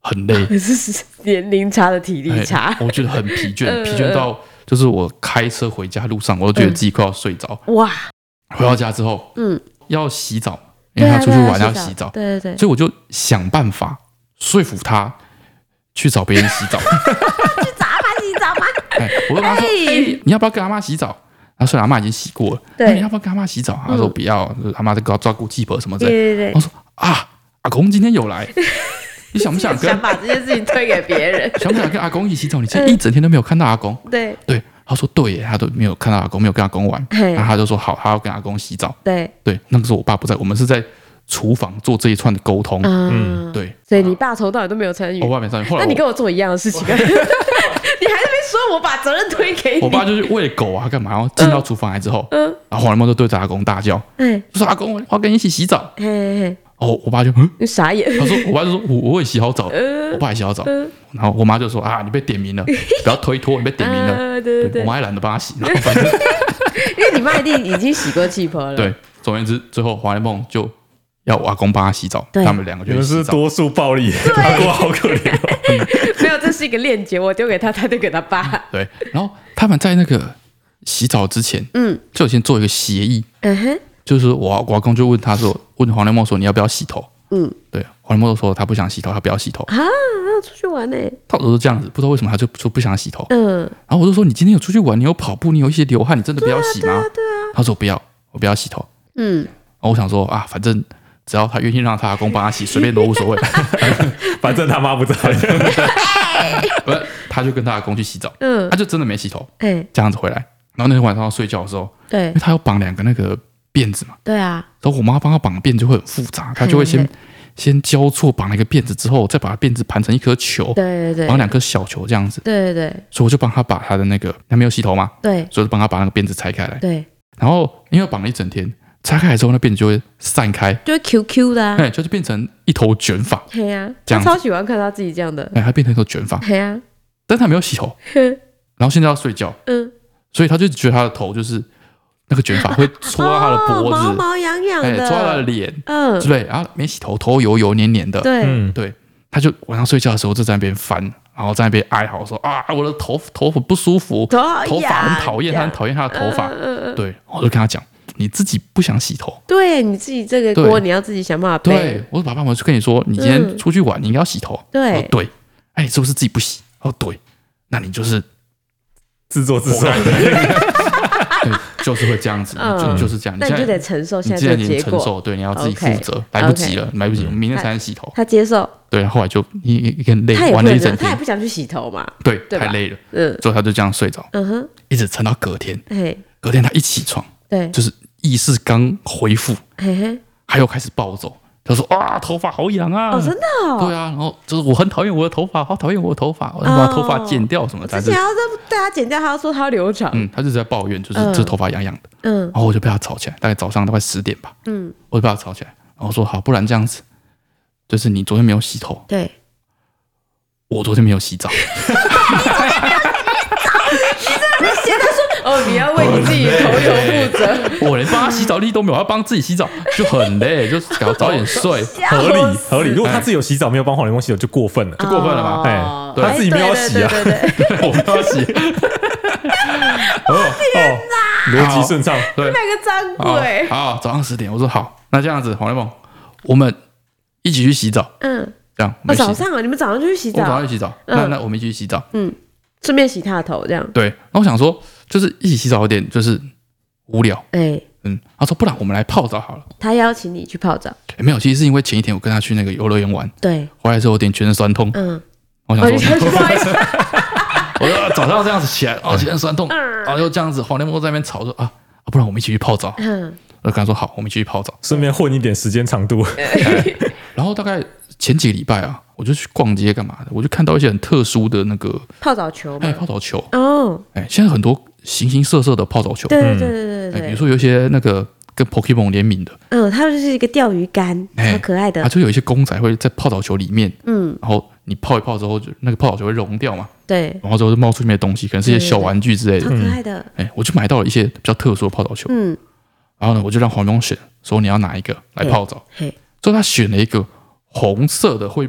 S2: 很累
S1: 嗯，， 可是年龄差的体力差
S2: 哎，我觉得很疲倦，
S1: 嗯
S2: 疲倦到就是我开车回家路上，我都觉得自己快要睡着。
S1: 哇，
S2: 回到家之后
S1: 嗯，
S2: 要洗澡，因
S1: 对
S2: 为
S1: 啊，
S2: 他出去
S1: 对啊
S2: 玩要洗澡，
S1: 对对对，
S2: 所以我就想办法说服他去找别人 洗澡。
S1: 阿妈洗 澡吗？
S2: 哎，我就跟他说：“
S1: 哎
S2: 哎、你要不要跟阿妈洗澡？”他说：“阿妈已经洗过了。”哎
S1: 对嗯
S2: 那你要不要跟阿妈洗澡？他说：“不要，阿妈在搞照顾鸡婆什么之类的。
S1: 对对
S2: 我说：“啊，阿公今天有 来，你想不想
S1: 对，
S2: 跟
S1: 想嗯把这件事情推给别人，
S2: 想不想跟阿公一起洗澡？你今天一整天都没有看到阿公。
S1: 对
S2: 对，他说：“对耶，他都没有看到阿公，没有跟阿公玩。”
S1: 嘿
S2: 然后他就说：“好，他要跟阿公洗澡。
S1: 对，”
S2: 对，那个时候我爸不在，我们是在厨房做这一串的沟通。
S1: 嗯，
S2: 对，哦
S1: 所以你爸从头到尾都没有参与
S2: 我，爸没上去。后来
S1: 那你
S2: 我
S1: 跟我做一样的事 情，你还啊是没说我把责任推给 你，
S2: 我爸就是喂狗啊，干嘛？然后进到厨房来之后，
S1: 嗯
S2: 然后黄连猫就对着阿公大叫，
S1: 哎
S2: 就说：“阿公，我要跟你一起洗澡。”
S1: 嘿嘿嘿，
S2: 哦，我爸就嗯，
S1: 你傻眼，
S2: 他说，我爸就说，我我也洗好澡，
S1: 嗯
S2: 我爸也洗好澡，然后我妈就说啊，你被点名了，不要推脱，你被点名 了。
S1: 啊，对对对
S2: 我，妈也懒得帮他洗，然后反正
S1: 因为你妈一定已经洗过气泡了，
S2: 对，总而言之，最后黄连梦就要我阿公帮他洗澡，
S1: 对
S2: 他们两个
S3: 你
S2: 就去
S3: 们
S2: 洗
S3: 是
S2: 澡。
S3: 多数暴力，阿公好可怜哦。
S1: 没有，这是一个链接，我丢给他，他丢给他爸。
S2: 对，然后他们在那个洗澡之前，
S1: 嗯
S2: 就先做一个协议，
S1: 嗯哼，
S2: 就是我我阿公就问他说，问黄连梦说你要不要洗头？
S1: 嗯
S2: 对，黄连梦说他不想洗头，他不要洗头。
S1: 啊，要出去玩呢、
S2: 他有时候这样子，不知道为什么他就说不想洗头。
S1: 嗯，
S2: 然后我就说：“你今天有出去玩，你有跑步，你有一些流汗，你真的不要洗吗？”
S1: 啊
S2: 他说：“不要，我不要洗头。
S1: 嗯，”
S2: 然后我想说啊，反正只要他愿意让他阿公帮他洗，随便都无所谓。
S3: 反正他妈不在，
S2: 不是，他就跟他阿公去洗澡，
S1: 嗯
S2: 他就真的没洗头，
S1: 哎、
S2: 这样子回来。然后那天晚上要睡觉的时候，因
S1: 对
S2: 为他要绑两个那个辫子嘛，
S1: 对啊，
S2: 然后我妈帮他绑辫就会很复杂，他就会先
S1: 嗯
S2: 先交错绑了一个辫子之后，再把辫子盘成一颗球，
S1: 对对对，
S2: 绑两颗小球这样子。
S1: 对对对
S2: 所以我就帮他把他的那个他没有洗头嘛，
S1: 对
S2: 所以我就帮他把那个辫子拆开来。
S1: 对，
S2: 然后因为绑了一整天，拆开来之后，那辫子就会散开，
S1: 就是 QQ 的、啊，
S2: 哎，就是变成一头卷发，
S1: 嘿呀、
S2: 这
S1: 他
S2: 样子
S1: 超喜欢看他自己这样的，
S2: 哎，它变成一头卷发，
S1: 嘿呀、
S2: 但是它没有洗头，
S1: 哼
S2: 然后现在要睡觉，
S1: 嗯，
S2: 所以他就觉得他的头就是那个卷发会戳到他的 脖
S1: 哦、毛
S2: 子，
S1: 毛痒痒
S2: 哎，
S1: 的，
S2: 戳到他的脸
S1: 嗯
S2: 之，类，然后没洗头，头油油黏黏的，
S1: 对，
S3: 嗯，
S2: 对，他就晚上睡觉的时候就在那边翻，然后在那边哀嚎说啊，我的头头很不舒服，
S1: 头好
S2: 头发
S1: 痒
S2: 很讨厌，他很讨厌他的头发，
S1: 嗯嗯嗯，
S2: 对，我就跟他讲，你自己不想洗头。
S1: 对你自己这个
S2: 对
S1: 锅你要自己想办法背
S2: 对，，我说爸爸，我就跟你说，你今天出去玩，你应该要洗头。哦
S1: 对
S2: 我说对，哎，你是不是自己不洗？哦，对，那你就是
S3: 自作自受。
S2: 就是会这样子，
S1: 啊嗯
S2: 就就是这样。你
S1: 那你
S2: 现
S1: 就
S2: 在
S1: 得承受
S2: 你
S1: 现
S2: 既
S1: 在
S2: 然
S1: 这
S2: 已
S1: 个结
S2: 经承受
S1: 果。
S2: 了，对，你要自己负
S1: OK，
S2: 责，来不及了，来不及，我们明天
S1: 他
S2: 才能洗头。
S1: 他接受，
S2: 对，后来就一一个累
S1: 他也，不
S2: 哎玩了
S1: 能
S2: 一
S1: 这样，
S2: 整
S1: 他也
S2: 天，
S1: 不想去洗头嘛。
S2: 对，
S1: 对吧
S2: 太累了，
S1: 嗯
S2: 最后他就这样睡着，
S1: 嗯哼，
S2: 一直撑到隔天。
S1: 嘿，
S2: 隔天他一起床，
S1: 对，
S2: 就是意识刚恢复，
S1: 嘿嘿，
S2: 他又开始暴走。他说：“啊，头发好痒啊！”
S1: 哦，真的哦
S2: 对，啊，然后就是我很讨厌我的头发，好讨厌我的头发，我要把
S1: 哦
S2: 头发剪掉什么
S1: 我
S2: 的。
S1: 之
S2: 他就
S1: 前要让对他剪掉，他要说他要留长，
S2: 嗯，他就在抱怨，就是
S1: 嗯
S2: 这头发痒痒的。
S1: 嗯
S2: 然后我就被他吵起来，大概早上大概十点吧，
S1: 嗯，
S2: 我就被他吵起来，然后说：“好，不然这样子，就是你昨天没有洗头，
S1: 对，
S2: 我昨天没有 洗澡。”
S1: 现在说哦，你要为你自己头油负 责，
S2: 我连帮他洗澡力都没有，还要帮自己洗澡，就很累，就搞早点睡。
S3: 合理合理，如果
S2: 哎
S3: 他自己有洗澡，没有帮黄连梦洗澡就过分了。
S1: 啊
S2: 就过分了吧
S1: 哦
S3: 哎他自己没有洗啊
S1: 对对 对对对
S2: 我不要洗，
S3: 哦，逻辑顺畅，
S2: 对，
S1: 那个脏
S2: 好
S3: 哦
S1: 鬼，
S2: 好，早上十点，我说好，那这样子，黄立梦，我们一起去洗澡，
S1: 嗯，
S2: 这样，
S1: 哦，
S2: 我们一起
S1: 早上啊，你们早上就去洗
S2: 我早上
S1: 澡
S2: 一，起洗澡，
S1: 嗯
S2: 那那我们一起去洗澡，
S1: 顺便洗他的头，这样，
S2: 对。然后我想说，就是一起洗澡有点就是无聊，
S1: 哎，
S2: 嗯。他说，不然我们来泡澡好了。
S1: 他邀请你去泡澡，
S2: 诶没有，其实是因为前一天我跟他去那个游乐园玩，
S1: 对，
S2: 回来之后有点全身酸痛，
S1: 嗯，
S2: 我想
S1: 哦，你，
S2: 说
S1: 想去泡一下，
S2: 我就啊早上这样子起来，哦，全身酸痛，
S1: 嗯
S2: 然后又这样子，黄连梦在那边吵说啊，啊不然我们一起去泡 澡。
S1: 嗯，
S2: 我就跟他说好，我们一起去泡澡。
S3: 顺便混一点时间长度。
S2: 然后大概前几个礼拜啊，我就去逛街干嘛的，我就看到一些很特殊的那个
S1: 泡澡球
S2: 哎
S1: 嘛，
S3: 嗯
S2: 泡澡球，
S1: 哦，
S2: 哎，现在很多形形色色的泡澡球，
S1: 对对对
S3: 嗯
S1: 对对
S2: 哎，比
S1: 对对，
S2: 如说有一些那个跟 Pokemon 联名的，
S1: 嗯，他就是一个钓鱼竿，
S2: 哎
S1: 超可爱
S2: 它
S1: 的，
S2: 就有一些公仔会在泡澡球里面，
S1: 嗯，
S2: 然后你泡一泡之后，就那个泡澡球会溶掉嘛，
S1: 对，
S2: 然后之后就冒出里面的东西，可能是一些小玩具之类
S3: 嗯
S1: 超
S2: 的。
S1: 可爱的，
S2: 哎，我就买到了一些比较特殊的泡澡球，
S1: 嗯，
S2: 然后呢，我就让黄忠选，说你要哪一个来泡澡。
S1: 嘿，
S2: 之后他选了一个红色的，会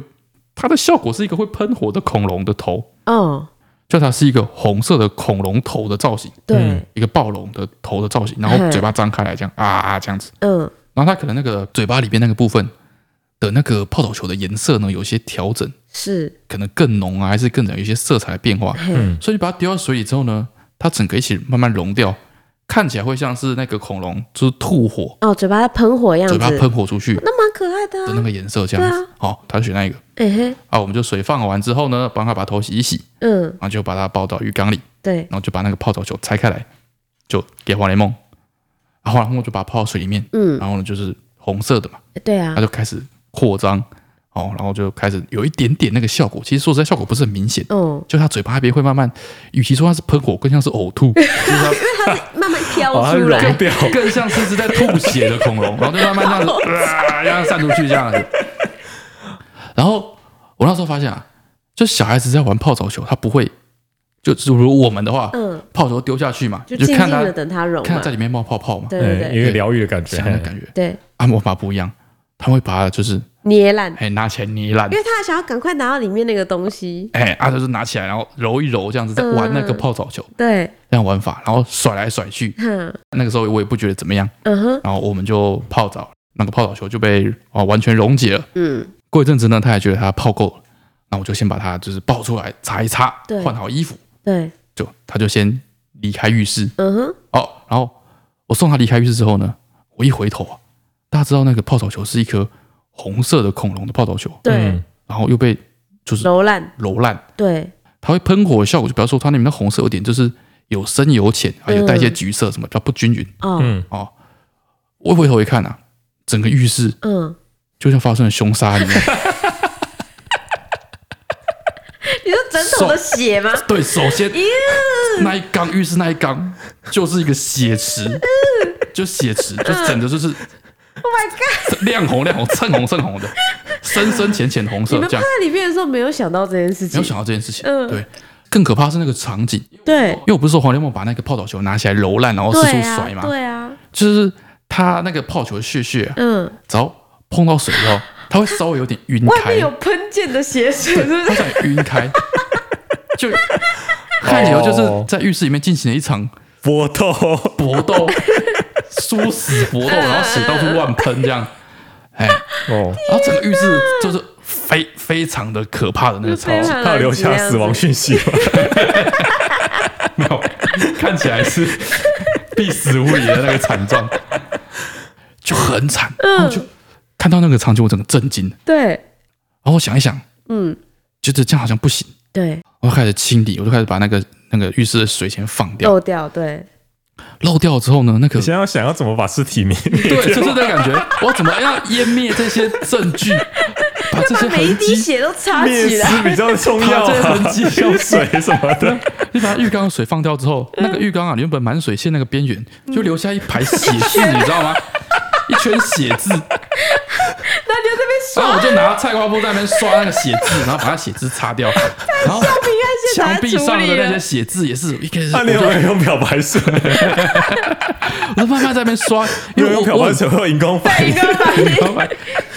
S2: 它的效果是一个会喷火的恐龙的头，
S1: 哦，
S2: 就它是一个红色的恐龙头的造型，
S3: 嗯
S1: 对，
S2: 一个暴龙的头的造型，然后嘴巴张开来这样啊啊这样子，
S1: 嗯，
S2: 然后它可能那个嘴巴里边那个部分的那个泡澡球的颜色呢有一些调整，
S1: 是，
S2: 可能更浓啊，还是更有一些色彩的变化，
S1: 嘿，
S3: 嗯
S2: 所以你把它丢到水里之后呢，它整个一起慢慢溶掉，看起来会像是那个恐龙就是吐火，
S1: 哦，嘴巴在喷火的样
S2: 嘴
S1: 子，
S2: 巴喷火出去的
S1: 那蛮可爱的、
S2: 那
S1: 啊。
S2: 个颜色这样
S1: 对
S2: 子，哦，他就选那一个。
S1: 哎、嘿，
S2: 啊，我们就水放完之后呢，帮他把头洗一洗，
S1: 嗯，
S2: 然后就把它抱到浴缸里，
S1: 对，
S2: 然后就把那个泡澡球拆开来，就给黄连梦。然后黄连梦就把它泡到水里面，
S1: 嗯，
S2: 然后呢就是红色的嘛，
S1: 对啊
S2: 它，就开始扩张，哦，然后就开始有一点点那个效果。其实说实在，效果不是很明显，
S1: 哦，
S2: 就它嘴巴那边会慢慢，与其说它是喷火，更像是呕 吐，就是它
S1: 慢慢飘
S3: 把它
S1: 出
S3: 哦融
S1: 来，
S3: 掉，
S2: 更像是只在吐血的恐龙，然后就慢慢这样 子，啊，让它散出去这样子。然后我那时候发现啊，就小孩子在玩泡澡球，他不会，就如果我们的话，
S1: 嗯，
S2: 泡球丢下去嘛，
S1: 就
S2: 就
S1: 静静
S2: 看他
S1: 的等它融
S2: 看
S1: 嘛
S2: 他在，里面哎冒泡泡嘛，
S1: 对对
S3: 嗯
S1: 对
S3: 有点疗愈的感觉
S2: 想。的感觉。
S1: 对，
S2: 按摩法不一样，他会把它就是
S1: 捏烂，
S2: 哎拿起来捏烂
S1: 因，为他还想要赶快拿到里面那个东西，
S2: 哎啊就是拿起来然后揉一揉这样子，在玩那个
S1: 嗯
S2: 泡澡球
S1: 对，
S2: 这样玩法，然后甩来甩去。
S1: 哼，
S2: 那个时候我也不觉得怎么样，
S1: 嗯哼，
S2: 然后我们就泡澡，那个泡澡球就被啊、完全溶解了。
S1: 嗯，
S2: 过一阵子呢，他也觉得他泡够了，那我就先把它就是抱出来擦一擦
S1: 对，
S2: 换好衣服，
S1: 对，
S2: 就他就先离开浴室
S1: 嗯哼，
S2: 哦。然后我送他离开浴室之后呢，我一回头啊，大家知道那个泡澡球是一颗红色的恐龙的泡澡球，
S1: 对，
S3: 嗯，
S2: 然后又被就是
S1: 揉烂，
S2: 揉烂，
S1: 对，
S2: 它会喷火的效果，就比方说它里面的红色有点就是有深有浅啊，有带一些橘色什么，比较不均匀
S1: 哦，嗯
S3: 嗯，
S2: 哦。我一回头一看啊，整个浴室
S1: 嗯
S2: 就像发生了凶杀一样。
S1: 你说整桶的血吗？
S2: 对，首先那一缸浴室那一缸就是一个血池， 就血池，就整个就是
S1: 嗯 Oh my god！
S2: 亮红亮红、蹭红蹭红的，深深浅浅红
S1: 你
S2: 色
S1: 们
S2: 这
S1: 泡
S2: 样。
S1: 在里面的时候没有想到这件事
S2: 没
S1: 情
S2: 有，想到这件事情，
S1: 嗯
S2: 对。更可怕是那个场景，
S1: 对，
S2: 因为我不是说黄连梦把那个泡澡球拿起来揉烂，然后四处
S1: 对
S2: 甩
S1: 啊，
S2: 嘛，
S1: 对啊，
S2: 就是他那个泡球的屑屑啊，
S1: 嗯，
S2: 只要碰到水之后，它会稍微有点晕
S1: 外
S2: 开
S1: 面，有喷溅的血水，是不是
S2: 它？想晕 开，就看起来就是在浴室里面进行了一场
S3: 搏斗，
S2: 搏斗，殊死搏斗，然后血到处乱喷这样，哎，
S3: 哦，
S2: 然后整个浴室就是非非常的可怕的那个
S1: 就
S2: 场
S1: 非
S2: 景，
S1: 常
S3: 他有留下死亡讯息吗？
S2: 没有，看起来是必死无疑的那个惨状，就很惨。
S1: 嗯
S2: 然后就看到那个场景，我整个震惊。
S1: 对，
S2: 然后我想一想，
S1: 嗯，
S2: 觉得这样好像不行，
S1: 对，
S2: 我就开始清理，我就开始把那个那个浴室的水先放掉，
S1: 漏掉，对，
S2: 漏掉之后呢，那个
S3: 你想要想要怎么把尸 体灭？
S2: 对，就是这个感觉，我怎么样湮灭这些 证据，把这
S1: 把
S2: 些
S1: 每一
S2: 痕
S1: 滴
S2: 迹，
S1: 血都擦
S3: 灭
S1: 起来，
S3: 尸比较重要
S2: 把这些
S3: 啊，
S2: 痕迹
S3: 用 水什么的。
S2: 你把浴缸的水放掉之后，那个浴缸啊，原本满水线那个边缘就留下一排血渍，你 知道吗？一圈血渍，
S1: 那就这 边
S2: 然后
S1: 刷
S2: 我就拿菜瓜布在那边刷那个血渍，然后把它血渍擦掉，然后
S1: 平安线把
S2: 墙
S1: 它
S2: 壁
S1: 处
S2: 上的
S1: 理
S2: 那些
S1: 了。啊
S2: 血渍也是一开始
S3: 那你有没有用漂白水？
S2: 我就慢慢在那边刷，因
S3: 有
S2: 为
S3: 用
S2: 我
S3: 漂
S2: 我
S3: 白
S2: 很
S3: 水会有荧光反应。
S2: 因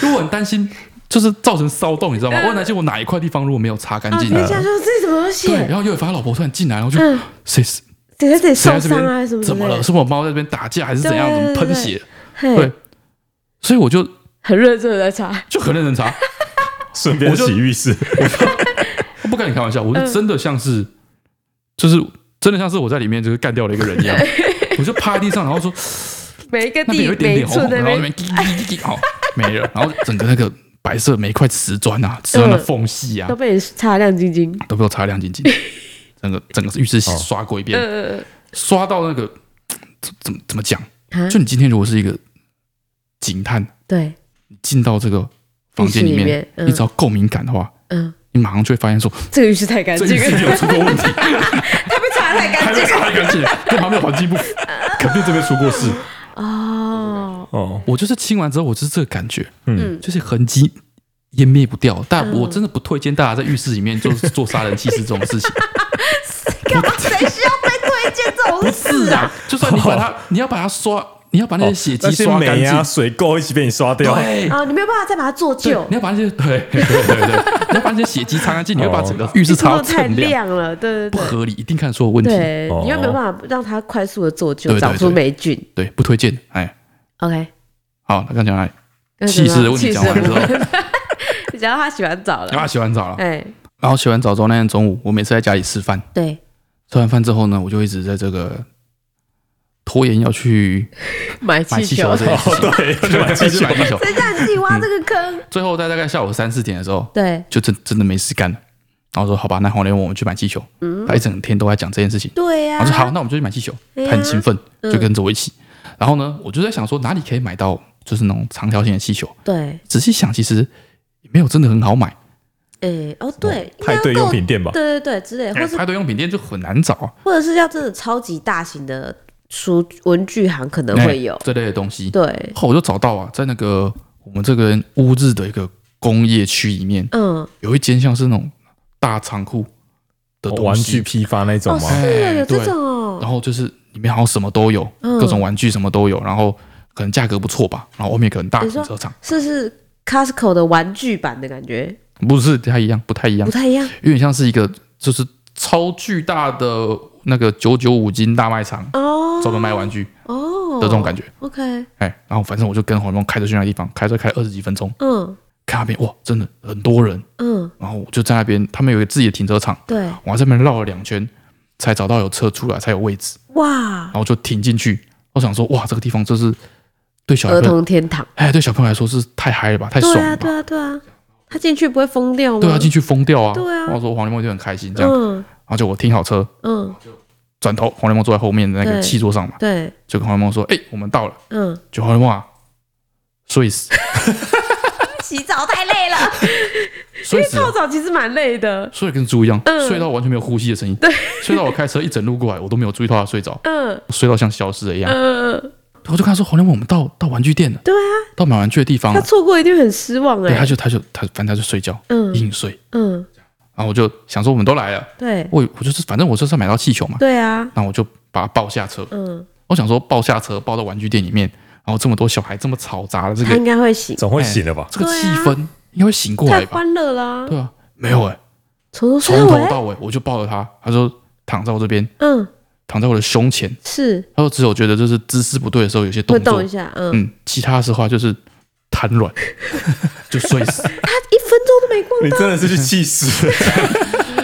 S2: 为我很担心，就是造成骚动，你知道吗？
S1: 嗯
S2: 我很担心我哪一块地方如果没有擦干净，啊
S1: 你想说这怎么有
S2: 对，
S1: 血
S2: 然？后又有发现老婆突然进来，然后就
S1: 啊嗯
S2: 谁谁
S1: 谁谁谁
S2: 在
S1: 受
S2: 这
S1: 伤啊？还
S2: 边
S1: 是什么之
S2: 怎
S1: 类
S2: 么
S1: 的
S2: 了？？是我猫在这边打架还是怎样？
S1: 对
S2: 怎
S1: 对
S2: 么
S1: 对
S2: 喷血？
S1: 嘿
S2: 对，所以我就
S1: 很认真的在擦。
S2: 哎就很认真查，
S3: 顺便洗浴室，
S2: 我不跟你开玩笑，我
S1: 嗯
S2: 是真的像是，就是真的像是我在里面就是干掉了一个人一样，我就趴在地上，然后说
S1: 每一个
S2: 那边
S1: 地
S2: 有一点
S1: 每一
S2: 点红
S1: 寸
S2: 红，
S1: 那
S2: 然后那
S1: 边
S2: 边滴滴滴滴，好没了，然后整个那个白色每一块瓷砖啊，瓷砖的缝隙啊
S1: 都，被你擦亮晶晶。
S2: 都被我擦亮晶晶，整个整个浴室
S3: 哦
S2: 刷过一遍，
S1: 嗯嗯
S2: 刷到那个怎怎么怎么讲？
S1: 嗯，啊
S2: 就你今天如果是一个警探，
S1: 对，
S2: 你进到这个房间
S1: 浴
S2: 里
S1: 室里
S2: 面
S1: 面，嗯
S2: 你只要够敏感的话，
S1: 嗯，
S2: 你马上就会发现说，
S1: 这个浴室太干
S2: 这
S1: 净
S2: 浴室一
S1: 了，
S2: 定有出过问题，
S1: 它被擦得太
S2: 还
S1: 干净
S2: 没 有擦干净，这旁边环境不符，肯定这边出过事。
S1: 哦。
S3: 哦，
S2: 我就是清完之后，我就是这个感觉，
S1: 嗯，
S2: 就是痕迹湮灭不掉。但
S1: 嗯
S2: 我真的不推荐大家在浴室里面就是做杀人弃尸这种事情，
S1: 干嘛谁需要被推荐这种
S2: 不
S1: 事
S2: 是
S1: 啊？
S2: 啊，就算你把它，你要把它刷，你要把那些血迹
S3: 那些
S2: 刷干
S3: 美
S2: 净
S3: 啊，，水垢一起被你刷掉。
S2: 对。
S1: 啊，你没有办法再把它做
S2: 对
S1: 旧，
S2: 你要把那些对对对对，你要把那些血迹擦干净，你会把整个浴室擦
S1: 做
S2: 到
S1: 的太
S2: 锃亮。
S1: 亮了，对对
S2: 不
S1: 对。
S2: 合理，一定看所有问题。
S1: 对，
S3: 哦
S1: 你又没有办法让它快速的做旧，
S2: 对对
S1: 长出霉菌。
S2: 对，不推荐。哎，
S1: OK，
S2: 好，那刚 讲哪里？
S1: 那
S2: 气势的问
S1: 气势
S2: 题讲完之后，
S1: 的你讲到他洗完澡
S2: 然
S1: 了，
S2: 后洗完澡了，
S1: 哎，
S2: 然后洗完澡之后那天中午，我每次在家里吃饭，
S1: 对，
S2: 吃完饭之后呢，我就一直在这个拖延要去
S1: 买
S2: 买
S1: 气
S2: 气
S1: 球
S2: 球，这件事
S3: 哦，
S2: 情，
S3: 对，就把气
S2: 去
S3: 球
S2: 买气球。
S1: 谁叫你自己挖这个坑？
S2: 最后在大概下午三四点的时候，
S1: 对
S2: 就真真的没事干了，然后说好吧，那黄连我们去买气球。
S1: 嗯
S2: 他一整天都在讲这件事情，
S1: 对呀
S2: 然后说好，那我们就去买气球。
S1: 对
S2: 他
S1: 啊
S2: 很兴奋，
S1: 嗯
S2: 就跟着我一起。然后呢，我就在想说哪里可以买到就是那种长条形的气球。
S1: 对，
S2: 仔细想，其实也没有真的很好买，
S1: 哎，哦对，应该
S3: 派
S1: 要
S3: 对用
S1: 够
S3: 品店吧，
S1: 对对对，之类，哎或是
S2: 派对用品店就很难找啊，
S1: 或者是要真的超级大型的书文具行可能会有
S2: 哎，这类的东西。
S1: 对，
S2: 后来我就找到啊，在那个我们这个乌日的一个工业区里面，
S1: 嗯，
S2: 有一间像是那种大仓库的
S3: 哦
S2: 东西
S3: 玩具，批发那种
S1: 哦
S3: 吗？
S1: 是啊，
S2: 哎
S1: 有这
S2: 对
S1: 种哦，
S2: 然后就是里面好像什么都有，
S1: 嗯
S2: 各种玩具什么都有，然后可能价格不错吧，然后外面有个很大的
S1: 你说
S2: 停车场，
S1: 是是 Costco 的玩具版的感觉，
S2: 不是太一样，不太一样
S1: 不，太一样
S2: 有点像是一个就是超巨大的那个九九五金大卖场，
S1: 哦，
S2: 专门卖玩具
S1: 哦
S2: 的这种感觉。
S1: ，OK，
S2: 哎，然后反正我就跟黄龙开车去那个地方，开车开二十几分钟，
S1: 嗯
S2: 看那边哇，真的很多人。
S1: 嗯，
S2: 然后我就在那边，他们有一个自己的停车场，
S1: 对，
S2: 我还在那边绕了两圈，才找到有车出来，才有位置，
S1: 哇
S2: 然，后就停进去。我想说，哇，这个地方就是对小
S1: 儿
S2: 朋友，
S1: 童天堂，
S2: 哎，对小朋友来说是太嗨了吧，太爽
S1: 对
S2: 了
S1: 啊对
S2: 吧，
S1: 啊对啊，他进去不会疯掉吗？
S2: 对啊，进去疯掉啊。
S1: 对啊
S2: 然后说黄连梦就很开心这样，
S1: 嗯
S2: 然后就我停好车，
S1: 嗯，
S2: 转头黄连梦坐在后面的那个
S1: 对
S2: 汽座上嘛，
S1: 对，
S2: 就跟黄连梦说，哎，我们到了。
S1: 嗯，
S2: 就黄连梦啊，睡死，
S1: 洗澡太累了，
S2: 睡死了。
S1: 泡澡其实蛮累的，
S2: 睡得跟猪一样，
S1: 嗯
S2: 睡到完全没有呼吸的声音， 睡到我开车一整路过来，我都没有注意到他睡着，
S1: 嗯
S2: 睡到像消失了一样。
S1: 嗯，
S2: 然后我就跟他说：“黄连木，我们到到玩具店了，
S1: 对啊，
S2: 到买玩具的地方
S1: 他
S2: 了。
S1: 错过一定很失望”
S2: 对，他
S1: 哎，
S2: 就他就他反正他就睡觉，
S1: 嗯
S2: 硬睡。
S1: 嗯，
S2: 然后我就想说，我们都来了，
S1: 对
S2: 我我就是反正我就是要买到气球嘛，
S1: 对啊，
S2: 那我就把他抱下车。
S1: 嗯，
S2: 我想说抱下车，抱到玩具店里面，然后这么多小孩这么嘈杂的这
S1: 他
S2: 个
S1: 应该会醒，
S3: 总会醒的吧？
S2: 这个
S1: 对啊
S2: 气氛，应该会醒过
S1: 太
S2: 来吧？
S1: 欢乐啦，
S2: 对啊，没有哎、
S1: 从头
S2: 从
S1: 睡到
S2: 头
S1: 尾，
S2: 到尾我就抱着他，他说躺在我这边，
S1: 嗯，
S2: 躺在我的胸前。
S1: 是
S2: 他说只有觉得就是姿势不对的时候有些
S1: 会
S2: 动作
S1: 动一，下，嗯，
S2: 嗯，其他的话就是瘫软， 就睡死。
S1: 他一分钟都没逛
S3: 你真的是去气死，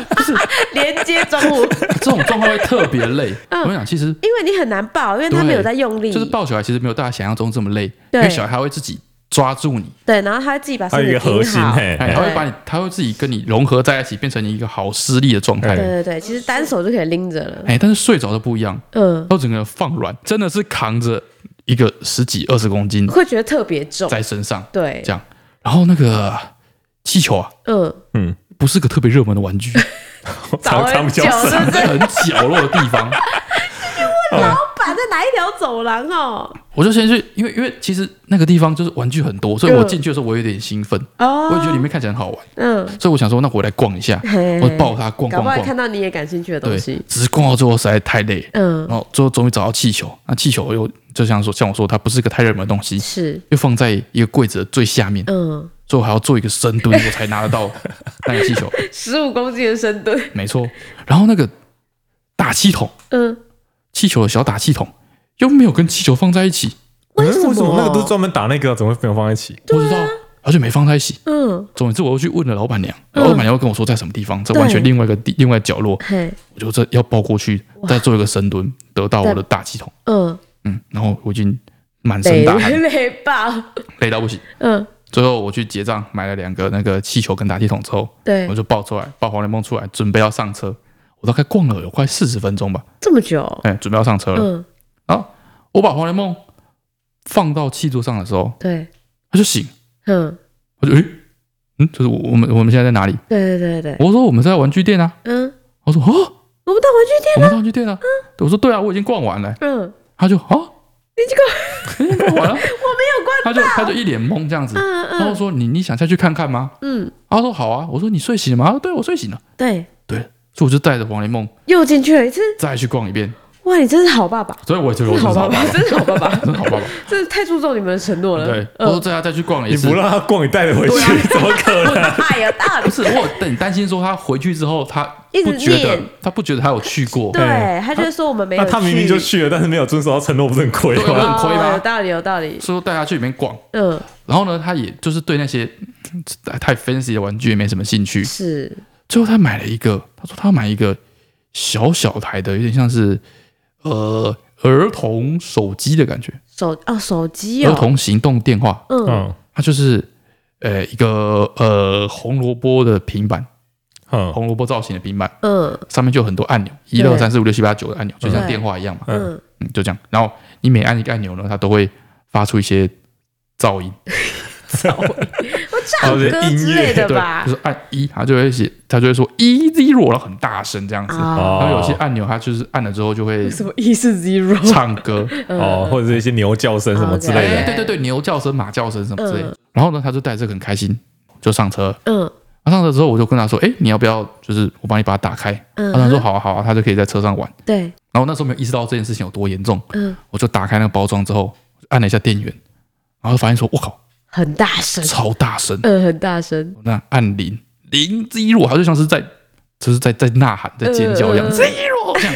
S2: 不是，
S1: 连接重 物，
S2: 这种状况会特别累。
S1: 嗯
S2: 我跟你讲，其实
S1: 因为你很难抱，因为他
S2: 对
S1: 没有在用力，
S2: 就是抱小孩，其实没有大家想象中这么累，因
S1: 对
S2: 为小孩他会自己抓住你，
S1: 对，然后他会自己把身
S3: 还有
S1: 体
S3: 一
S1: 挺
S3: 个
S1: 好。
S3: 核心嘿，
S2: 哎，
S3: 嘿
S2: 他会把你，他会自己跟你融合在一起，变成你一个好施力的状态。
S1: 对对对，其实单手就可以拎着了。
S2: 哎，但是睡着的不一样，
S1: 嗯，
S2: 他整个人放软，真的是扛着一个十几二十公斤
S1: 会觉得特别重。
S2: 在身上，
S1: 对
S2: 这，样。然后那个气球啊，
S1: 嗯，
S3: 嗯，
S2: 不是个特别热门的玩具，
S1: 找
S3: 常常
S1: 很
S3: 比
S1: 久
S3: 较
S1: 是
S3: 少。
S1: 不是？
S2: 很角落的地方。
S1: 板在哪一条走廊哦？
S2: 我就先去，因为因为其实那个地方就是玩具很多，所以
S1: 嗯
S2: 我进去的时候我有点兴奋，
S1: 哦，
S2: 我也觉得里面看起来很好玩，
S1: 嗯，
S2: 所以我想说，那我来逛一下，
S1: 嘿
S2: 我抱它逛
S1: 搞
S2: 逛
S1: 不好
S2: 逛
S1: 看。到你也感兴趣的东
S2: 对，
S1: 西。
S2: 只是逛到最后实在太累，
S1: 嗯
S2: 然，后最后终于找到气球。那气球又就像说，像我说，它不是个太热门的东西，
S1: 是，
S2: 又放在一个柜子的最下面，
S1: 嗯，
S2: 所以我还要做一个深蹲，我才拿得到那个气球。
S1: 十五公斤的深蹲，
S2: 没错，然后那个打气筒，
S1: 嗯，
S2: 气球的小打气筒又没有跟气球放在一起，
S1: 为什
S3: 嗯为什
S1: 么
S3: 么那个都是专门打那个，怎么会没有放在一起？
S1: 啊
S2: 不知道，然后就没放在一起。
S1: 嗯，
S2: 总之，我又去问了老板娘，
S1: 嗯
S2: 老板娘又跟我说在什么地方，在
S1: 对
S2: 完全另外一个地另外角落，
S1: 嘿，
S2: 我就这要抱过去，再做一个深蹲，得到我的大气筒。
S1: 嗯，
S2: 嗯，然后我已经满身
S1: 累
S2: 大汗，
S1: 累爆，
S2: 累到不行。
S1: 嗯，
S2: 最后我去结账，买了两个那个气球跟打气筒之后，
S1: 对
S2: 我，就抱出来，抱黄连梦出来，准备要上车。我大概逛了有快四十分钟吧，
S1: 这么久，
S2: 哎，准备要上车了。
S1: 嗯，
S2: 我把黄连梦放到气柱上的时候，
S1: 对，
S2: 他就醒，
S1: 嗯，
S2: 我就诶，嗯，就是我我们我们现在在哪里？
S1: 对对对对，
S2: 我说我们在玩具店啊。
S1: 嗯，
S2: 我说哦，
S1: 我们到玩具店，
S2: 我们在玩具店啊。我说对啊，我已经逛完了。
S1: 嗯，
S2: 他就啊，
S1: 你这个
S2: 已经逛完了。
S1: 我没有关，
S2: 他就他就一脸懵这样子。
S1: 嗯
S2: 然后我
S1: 嗯
S2: 说你你想下去看看吗？
S1: 嗯，
S2: 他说好啊。我说你睡醒了吗？他说对，我睡醒了。
S1: 对，
S2: 所以我就带着黄连梦
S1: 又进去了一次，
S2: 再去逛一遍。
S1: 哇，你真是好爸爸，
S2: 所以我觉得
S1: 真
S2: 我
S1: 是好爸
S2: 爸
S1: 爸，真是好爸爸，
S2: 真好爸爸。
S1: 真是太注重你们的承诺了，
S2: 对，我说
S1: 嗯，
S2: 带他再去逛了一
S3: 你
S2: 次
S3: 不。让他逛，你带着回
S2: 对啊
S3: 去，怎么可能？
S1: 哎呀，大
S2: 不是，我很担心说他回去之后，他
S1: 一直
S2: 不觉得
S1: 念
S2: 他不觉得他有去过，
S1: 对，他就会说我们没有
S3: 那
S1: 去，
S3: 他明明就去了，但是没有遵守他承诺，不是很亏
S2: 对
S3: 吗？
S2: 很亏吧
S1: 哦有道理，有道理。
S2: 所以我带他去里面逛。
S1: 嗯，
S2: 然后呢，他也就是对那些 嗯太 fancy 的玩具也没什么兴趣。
S1: 是，
S2: 最后他买了一个，他说他要买一个小小台的，有点像是呃儿童手机的感觉，
S1: 手哦，手机
S2: 儿
S1: 哦，
S2: 童行动电话。
S1: 嗯，
S3: 嗯
S2: 它就是呃一个呃红萝卜的平板，
S3: 嗯
S2: 红萝卜造型的平板，
S1: 嗯
S2: 上面就有很多按钮，一
S1: 对
S2: 二三四五六七八九的按钮，就像
S1: 对
S2: 电话一样嘛。
S3: 嗯，
S1: 嗯，
S2: 嗯，就这样。然后你每按一个按钮呢，它都会发出一些噪音，
S1: 唱歌之类的
S2: 对，
S1: 吧
S2: 就？是按一，它就会写，它就会说 e zero，然后很大声这样子。
S1: 啊，
S2: 然后有些按钮，它就是按了之后就会
S1: 什么意思 zero？
S2: 唱 歌，
S3: 哦，或者是一些牛叫声什么之
S2: 哎
S3: 类的。
S1: OK
S2: 对对对，牛叫声、马叫声什么之类的
S1: 嗯。
S2: 然后呢，他就带着很开心，就上车。
S1: 嗯
S2: 他上车之后，我就跟他说：“哎，你要不要？就是我帮你把它打开。”
S1: 嗯，
S2: 他他说：“好啊，好啊。”他就可以在车上玩。
S1: 对，
S2: 然后那时候没有意识到这件事情有多严重，
S1: 嗯，
S2: 我就打开那个包装之后，按了一下电源，然后发现说：“我靠，
S1: 很大声，
S2: 超大声！”
S1: 嗯，很大声，
S2: 那按铃铃之一落，他就像是在就是在在呐喊、在尖叫一样，
S1: 嗯嗯嗯
S2: 之一落这样。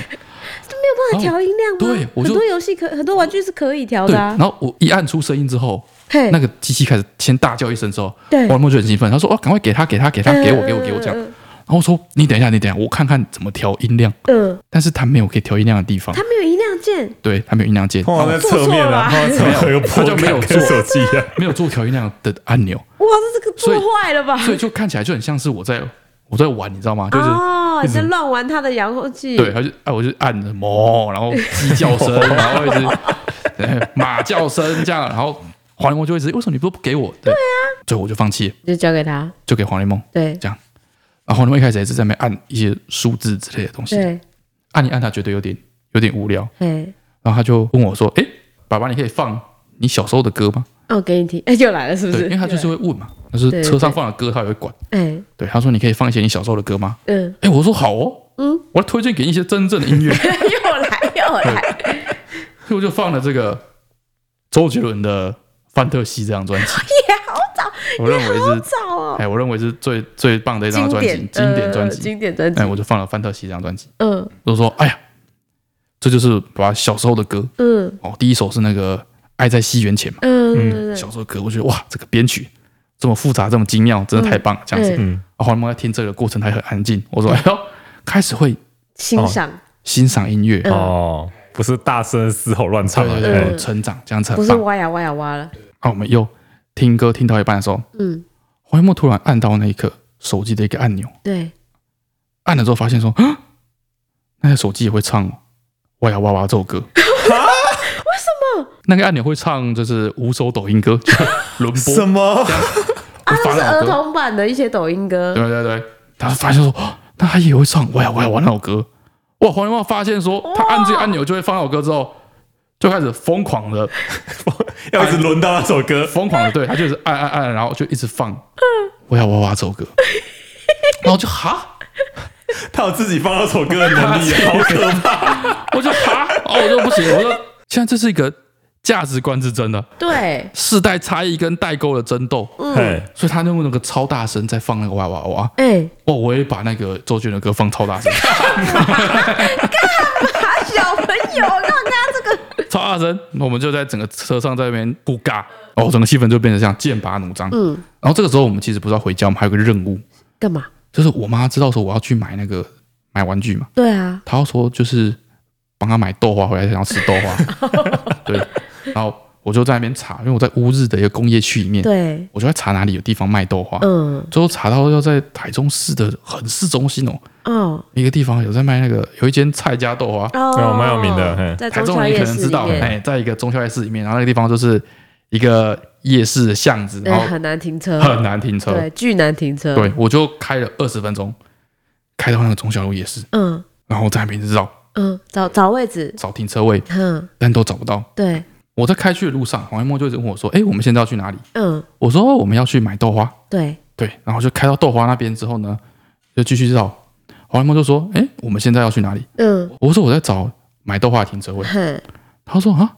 S1: 不能调音量吗？
S2: 对我就
S1: 很多游戏可很多玩具是可以调
S2: 对，
S1: 的啊
S2: 然。后我一按出声音之后，
S1: 嘿
S2: 那，个机器开始先大叫一声之后，
S1: 对，嗯
S2: 王梦就很兴奋，他说：“哦，赶快给他，给他，给他，给我，给我，给我！”这
S1: 样。
S2: 样。然后我说：“你等一下，你等一下，我看看怎么调音量。
S1: 嗯，”
S2: 但是他没有可以调音量的地方
S1: 他，没有音量键，
S2: 对他没有音量键，
S3: 通常在侧面啊，
S1: 做
S3: 通常侧面有
S2: 他就没有做
S3: 跟手机一样。
S2: 没有做调音量的按钮，
S1: 哇，这这个
S2: 所以
S1: 做坏了吧？
S2: 所以就 看起来就很像是我在我在玩，你知道吗？就是。
S1: 哦，
S2: 一
S1: 你
S2: 直
S1: 在乱玩他的遥控器。
S2: 对，他就哎，我就按什么，然后鸡叫声，然后一直呃马叫声这样，然后黄连梦就会一直为什么你不不给我？对啊，最后我就放弃了，
S1: 你就交给他。
S2: 就给黄连梦。
S1: 对
S2: 然后黄连梦一开始也是在那边按一些数字之类的东西，
S1: 对，
S2: 按一按他觉得有点有点无聊，
S1: 嘿，
S2: 然后他就问我说：“哎，爸爸，你可以放你小时候的歌吗
S1: 哦，给你听， 哎，又来了，是？”不
S2: 对，
S1: 是？
S2: 因为他就是
S1: 又
S2: 会问嘛，就是
S1: 对
S2: 车上放的歌他也会管。
S1: 来了，哎，
S2: 对，他说：“你可以放一些你小时候的歌吗
S1: 嗯，？”
S2: 哎，我说：“好哦。”
S1: 嗯，
S2: 我要推荐给你一些真正的音 乐，
S1: 又来又来，
S2: 所以我就放了这个周杰伦的《范特西》这张专辑，
S1: 也好早，
S2: 我认为
S1: 好
S2: 是，
S1: 早哦，
S2: 哎，我认为是最最棒的一张
S1: 经
S2: 专辑，
S1: 典
S2: 经典专
S1: 呃
S2: 辑。
S1: 经典专辑
S2: 哎，，我就放了《范特西》这张专辑，
S1: 嗯
S2: 我就说，哎呀，这就是把小时候的歌
S1: 嗯
S2: 哦，第一首是那个《爱在西元前》嘛，
S1: 嗯，对对对
S2: 小时候的歌，我觉得哇，这个编曲这么复杂，这么精妙，真的太棒了，这样子。
S1: 嗯
S3: 嗯，
S2: 啊，黄梦在听这个过程，他也很安静。我说，哎呦，开始会
S1: 欣
S2: 哦
S1: 赏
S2: 欣赏音乐，
S3: 哦，不是大声嘶吼乱
S2: 对
S3: 唱啊
S2: 嗯对，
S1: 嗯
S2: 对，
S3: 对
S2: 有成长，这样子
S1: 不
S2: 很
S1: 是
S2: 棒。
S1: 挖呀挖呀挖了，
S2: 好，我们又听歌听到一半的时候，
S1: 嗯，
S2: 黄一梦突然按到那一刻手机的一个按钮，
S1: 对，
S2: 按了之后发现说， 啊那个手机也会唱《哇呀哇哇》这首歌。 为什么？那个按钮会唱就是五首抖音歌， 就是轮播
S3: 什么？
S1: 啊，那
S2: 发
S1: 是
S2: 那
S1: 儿
S2: 首歌。
S1: 童版的一些抖音歌，
S2: 对对对，他发现说， 哦那他也会唱《哇呀哇呀哇》那首歌。哇，黄一梦发现说，他按这个按钮就会放那首歌之后，就开始疯狂的、
S3: 要一直轮到那首歌，
S2: 疯狂的，对他就是按按按，然后就一直放《哇呀哇呀哇》这首歌。然后就哈，
S3: 他有自己放那首歌的 能力，好可怕！
S2: 我就哈，哦，我就不行，我就现在这是一个价值观之争的
S1: 对，
S2: 世代差异跟代沟的争斗，
S3: 嘿
S2: 所以他用那个超大声在放那个哇哇哇，
S1: 哎，
S2: 哦，我也把那个周杰伦的歌放超大声，
S1: 打小朋友，让他这个
S2: 超大声，我们就在整个车上在那边互尬，哦，整个气氛就变成这样剑拔弩张。
S1: 嗯，
S2: 然后这个时候我们其实不是要回家，我们还有个任务，
S1: 干嘛？
S2: 就是我妈知道说我要去买那个买玩具嘛，
S1: 对啊，
S2: 她要说就是帮她买豆花回来，想要吃豆花， 对，然后我就在那边查，因为我在乌日的一个工业区里面，
S1: 对，
S2: 我就在查哪里有地方卖豆花，
S1: 嗯，
S2: 最后查到要在台中市的很市中心哦，
S1: 哦，
S2: 一个地方有在卖那个有一间蔡家豆花，
S1: 哦，
S3: 蛮有名的嘿
S1: 在
S2: 台
S1: 中
S2: 中
S1: 小
S2: 人可
S1: 夜
S2: 能
S1: 市
S2: 知
S1: 里
S2: 道，
S1: 面，
S2: 哎，在一个中小夜市里面，然后那个地方就是一个夜市的巷子，
S1: 对，
S2: 然后
S1: 哎很难停车，
S2: 很难停车，
S1: 对，巨难停车，
S2: 对，我就开了二十分钟，开到那个中小路夜市，
S1: 嗯
S2: 然后在那边绕
S1: 嗯，找找位置，
S2: 找停车位，
S1: 嗯，
S2: 但都找不到。
S1: 对，
S2: 我在开去的路上，黄一梦就一直问我说：“哎，我们现在要去哪里
S1: 嗯？”
S2: 我说：“哦我们要去买豆花。”
S1: 对，
S2: 对，然后就开到豆花那边之后呢，就继续绕。黄一梦就说：“哎，我们现在要去哪里？”
S1: 嗯，
S2: 我说我在找买豆花的停车位，
S1: 哼，
S2: 他说啊，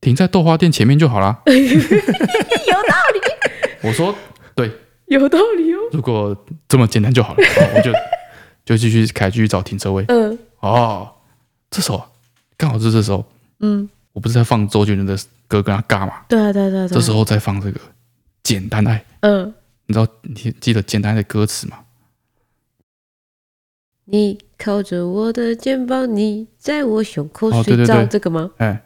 S2: 停在豆花店前面就好啦。
S1: 有道理，
S2: 我说对，
S1: 有道理哦，
S2: 如果这么简单就好了，哦我就就继续开继续找停车位。
S1: 嗯
S2: 哦，这时候啊刚好是这时候，
S1: 嗯，
S2: 我不是在放周杰伦的歌跟他尬嘛，
S1: 对啊对啊对啊，对
S2: 这
S1: 啊
S2: 时，候在放这个简单爱，
S1: 嗯，
S2: 你知道你记得简单爱的歌词吗？
S1: 你靠着我的肩膀，你在我胸口
S2: 哦
S1: 睡
S2: 对对
S1: 觉，
S2: 对
S1: 这个吗？
S2: 哎，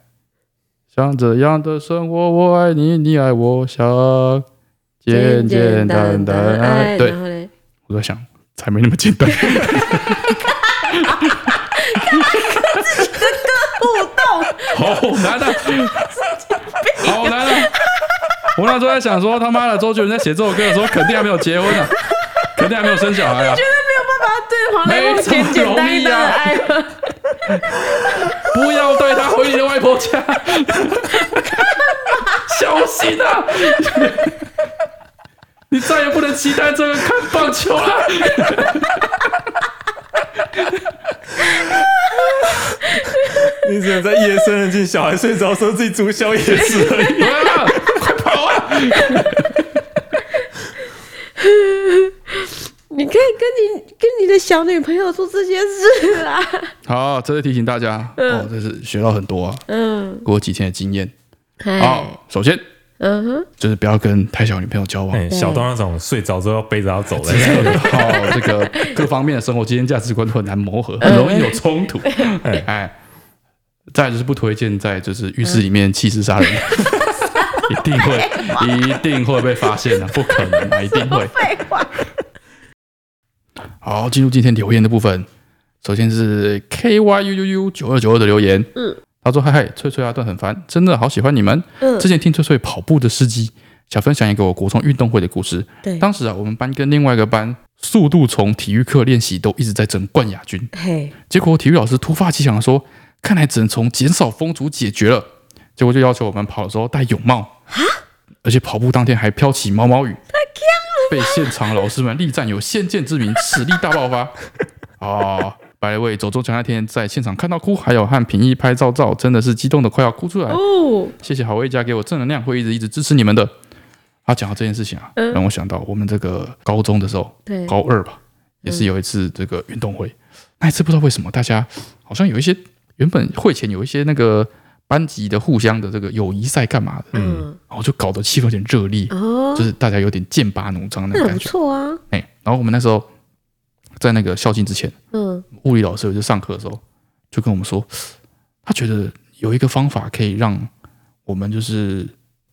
S2: 像这样的生活，我爱你，你爱我，像简简单单爱，
S1: 哎
S2: 对
S1: 然。后嘞，
S2: 我在想，才没那么简单。好难啊！好难啊！我那时候在想说，他妈的，周杰伦在写这首歌的时候，肯定还没有结婚啊，肯定还没有生小孩啊，
S1: 对黄
S2: 没
S1: 磊梦
S2: 这么
S1: 简
S2: 啊
S1: 简单单的爱了，
S2: 不要带他回你的外婆 家，小心啊！你再也不能期待这个看棒球了。
S3: 你只能在夜深人静、小孩睡着的时候自己煮宵夜吃而 已。
S2: 啊！快跑啊！
S1: 你可以跟你跟你的小女朋友做这些事啊，
S2: 好，这是提醒大家哦，这是学到很多啊，
S1: 嗯，
S2: 过几天的经验。
S1: 哎，
S2: 好，首先
S1: 嗯哼，
S2: 就是不要跟太小的女朋友交往。
S3: 哎，小到那种睡着之后要背着要走的，
S2: 好，这个各方面的生活经验、价值观都很难磨合，
S1: 嗯
S2: 很容易有冲突。哎，再来就是不推荐在就是浴室里面弃尸杀人，
S1: 嗯
S2: 一定 会一定会被发现的，不可能啊，一定会。
S1: 废话，
S2: 好，进入今天留言的部分。首先是 K Y U U U 九二九二的留言，
S1: 嗯，
S2: 他说：“嗨嗨，翠翠阿段很烦，真的好喜欢你们。
S1: 嗯
S2: 之前听翠翠跑步的事迹，想分享一个我国中运动会的故事。
S1: 对，
S2: 当时啊，我们班跟另外一个班速度从体育课练习都一直在争冠亚军，
S1: 嘿，
S2: 结果体育老师突发奇想地说，看来只能从减少风阻解决了。结果就要求我们跑的时候戴泳帽，而且跑步当天还飘起毛毛雨，被现场老师们力战有先见之明，实力大爆发。 哦，白位走中桥那天在现场看到哭，还有和平一拍照照，真的是激动的快要哭出来。
S1: 哦，
S2: 谢谢好味家给我正能量，会一直一直支持你们的。他讲到这件事情啊，
S1: 嗯
S2: 让我想到我们这个高中的时候，
S1: 对，
S2: 高二吧，也是有一次这个运动会。那一次不知道为什么，大家好像有一些原本会前有一些那个班级的互相的这个友谊赛干嘛的，
S1: 嗯，
S2: 然后就搞得气氛有点热烈，
S1: 哦嗯
S2: 就，是大家有点剑拔弩张那
S1: 那
S2: 种
S1: 很
S2: 感
S1: 不
S2: 觉。
S1: 错啊，
S2: 哎，然后我们那时候在那个校庆之前，
S1: 嗯，
S2: 物理老师有一次上课的时候，就跟我们说，他觉得有一个方法可以让我们就是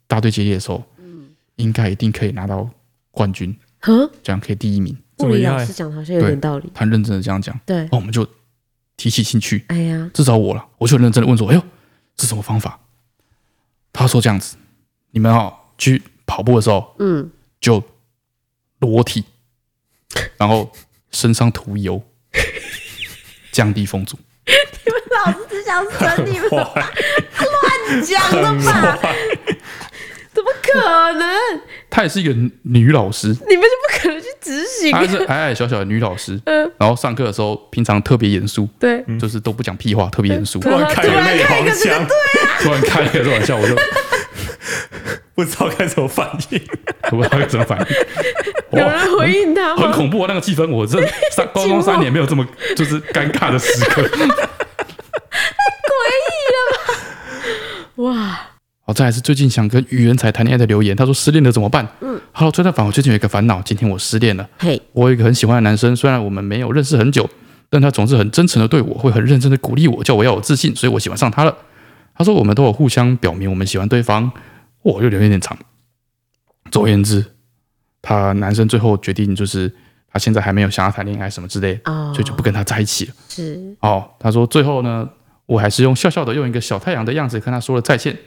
S2: 大队接力的时候，应该一定可以拿到冠军，
S1: 嗯，
S2: 这样可以第一名。
S1: 物
S3: 这么
S1: 理
S3: 厉
S1: 老
S3: 害
S1: 师讲的好像有点
S2: 对
S1: 道理。
S2: 他很认真的这样讲，
S1: 对
S2: 哦，，我们就提起兴趣，
S1: 哎呀，
S2: 至少我了，我就很认真的问说：“哎呦，这什么方法？”哎他说：“这样子，你们哦去跑步的时候
S1: 嗯，
S2: 就裸体，然后身上涂油，降低风阻。
S1: 你们老师只想整你 们
S3: 哇，
S1: 讲的吧？怎么可能？”
S2: 她也是一个女老师，
S1: 你们就不可能去执行
S2: 她是 矮矮小小的女老师，
S1: 嗯
S2: 然后上课的时候平常特别严肃，
S1: 对，
S2: 就是都不讲屁话，特别严肃。
S3: 突然开
S1: 突
S3: 了
S1: 然
S3: 内
S1: 开一个
S3: 行
S1: 这个
S3: 腔，
S2: 突然开了个玩笑，我就
S3: 不知道该怎么反应。
S2: 我不知道该怎么反应。
S1: 有
S2: 哇
S1: 人回应他
S2: 很
S1: 吗？
S2: 恐怖、啊、那个气氛，我这三光光三年没有这么 就是尴尬的时 刻。
S1: 哇，
S2: 好，哦再来是最近想跟愚人才谈恋爱的留言，他说失恋了怎么办？嗯，Hello 崔大凡，我最近有一个烦恼，今天我失恋了。
S1: 嘿，
S2: 我有一个很喜欢的男生，虽然我们没有认识很久，但他总是很真诚的对我，会很认真的鼓励我，叫我要有自信，所以我喜欢上他了。他说我们都有互相表明我们喜欢对方，我又留有点长。总而言之，他男生最后决定就是他现在还没有想要谈恋爱什么之类的，
S1: 哦，
S2: 所以就不跟他在一起了。
S1: 是
S2: 哦，他说最后呢，我还是用笑笑的，用一个小太阳的样子跟他说了再见。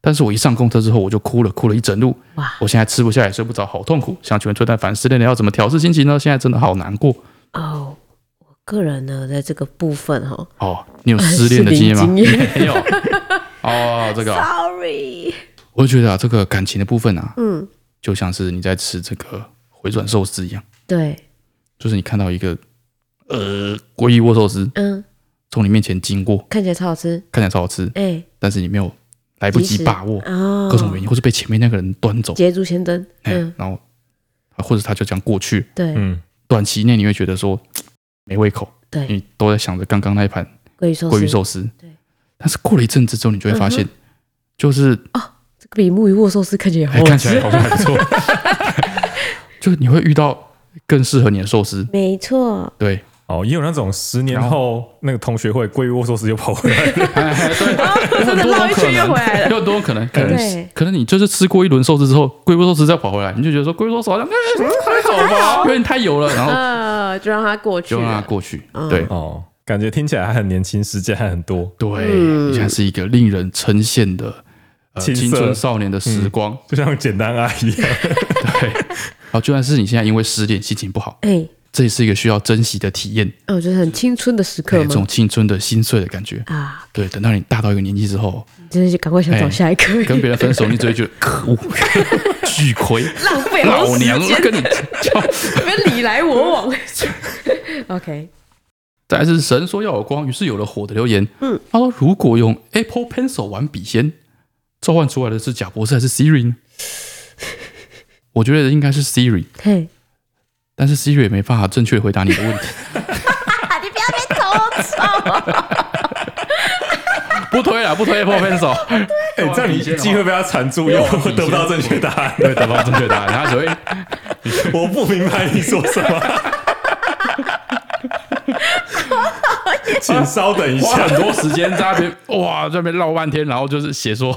S2: 但是我一上公车之后，我就哭了，哭了一整路。
S1: 哇
S2: 我现在吃不下也睡不着，好痛苦。想请问崔蛋凡失恋了要怎么调试心情呢？现在真的好难过。
S1: 哦。我个人呢，在这个部分哈
S2: 哦，你有失恋的 经验吗？
S1: 是零经验
S2: 没有。哦， 这个啊、
S1: ，sorry，
S2: 我就觉得啊，这个感情的部分啊，
S1: 嗯，
S2: 就像是你在吃这个回转寿司一样，
S1: 对，
S2: 就是你看到一个呃鲑鱼握寿司
S1: 嗯，
S2: 从你面前经过，
S1: 看起来超好吃，
S2: 看起来超好吃，
S1: 哎，
S2: 但是你没有来不
S1: 及
S2: 及
S1: 时
S2: 把握，
S1: 哦，
S2: 各种原因，或是被前面那个人端走，
S1: 捷足先登，
S2: 哎、
S1: 嗯，
S2: 然后或者他就这样过去，
S1: 对
S3: 嗯，
S2: 短期内你会觉得说嘖没胃口，
S1: 对，
S2: 你都在想着刚刚那一盘
S1: 鲑鱼寿
S2: 嗯鲑鱼
S1: 司，
S2: 寿司，
S1: 对嗯
S2: 但是过了一阵子之后，你就会发现，就是
S1: 这个比木鱼握寿司看起来
S2: 哎、
S1: 好好
S2: 看起来
S1: 吃，
S2: 好像还不错，就你会遇到更适合你的寿司，
S1: 没错，
S2: 对，
S3: 哦，也有那种十年
S2: 然
S3: 后那个同学会归窝寿司又跑回来，
S2: 哎哎对，
S1: 哦真的
S2: 有
S1: 绕一
S2: 很多种可
S1: 圈又回
S2: 能。
S1: 来了，
S2: 有很多种可能，可
S1: 对
S2: 能可能你就是吃过一轮寿司之后，鲑鱼寿司再跑回来，你就觉得说鲑鱼寿司好像哎、还好吧，有点太油了，然后
S1: 呃，就让他过去
S2: 就让它
S1: 了，
S2: 过去。
S1: 啊嗯
S2: 对，
S3: 哦，感觉听起来还很年轻，时间还很多，
S2: 对，
S1: 嗯
S2: 你现在是一个令人称羡的、呃、
S3: 青涩
S2: 青春少年的时光。
S3: 就像简单阿姨一样。
S1: 嗯
S2: 对，然后就算是你现在因为失恋心情不好，
S1: 哎，
S2: 这也是一个需要珍惜的体验，
S1: 哦，就是很青春的时刻
S2: 那
S1: 嘛
S2: 种，青春的心碎的感觉。
S1: 啊，
S2: 对，等到你大到一个年纪之后，
S1: 真的就赶快想找下一个，
S2: 哎跟 别人分手，你只 会觉得可恶、 巨亏、
S1: 浪费好多
S2: 老
S1: 时
S2: 娘
S1: 间，
S2: 跟你叫。
S1: 你们你来我 往。OK，
S2: 再来是神说要有光，于是有了火的留言。
S1: 嗯，
S2: 他说如果用 Apple Pencil 玩笔仙，召唤出来的是贾博士还是 Siri 呢？我觉得应该是 Siri。
S1: 嘿，
S2: 但是 Siri 也没办法正确地回答你的 问题。
S1: 啊你不要被 偷走，
S2: 不推了，不推 Apple Pencil，
S3: 哎，
S1: 啊
S3: 这样你机
S2: 哦
S3: 会被他缠住，又得不到正确答案。
S2: 对，得不到正确答案，他只会
S3: 我不明白你说什 么，请稍等一
S2: 花
S3: 下
S2: 很。多时间在那边哇，在那边绕半天，然后就是写说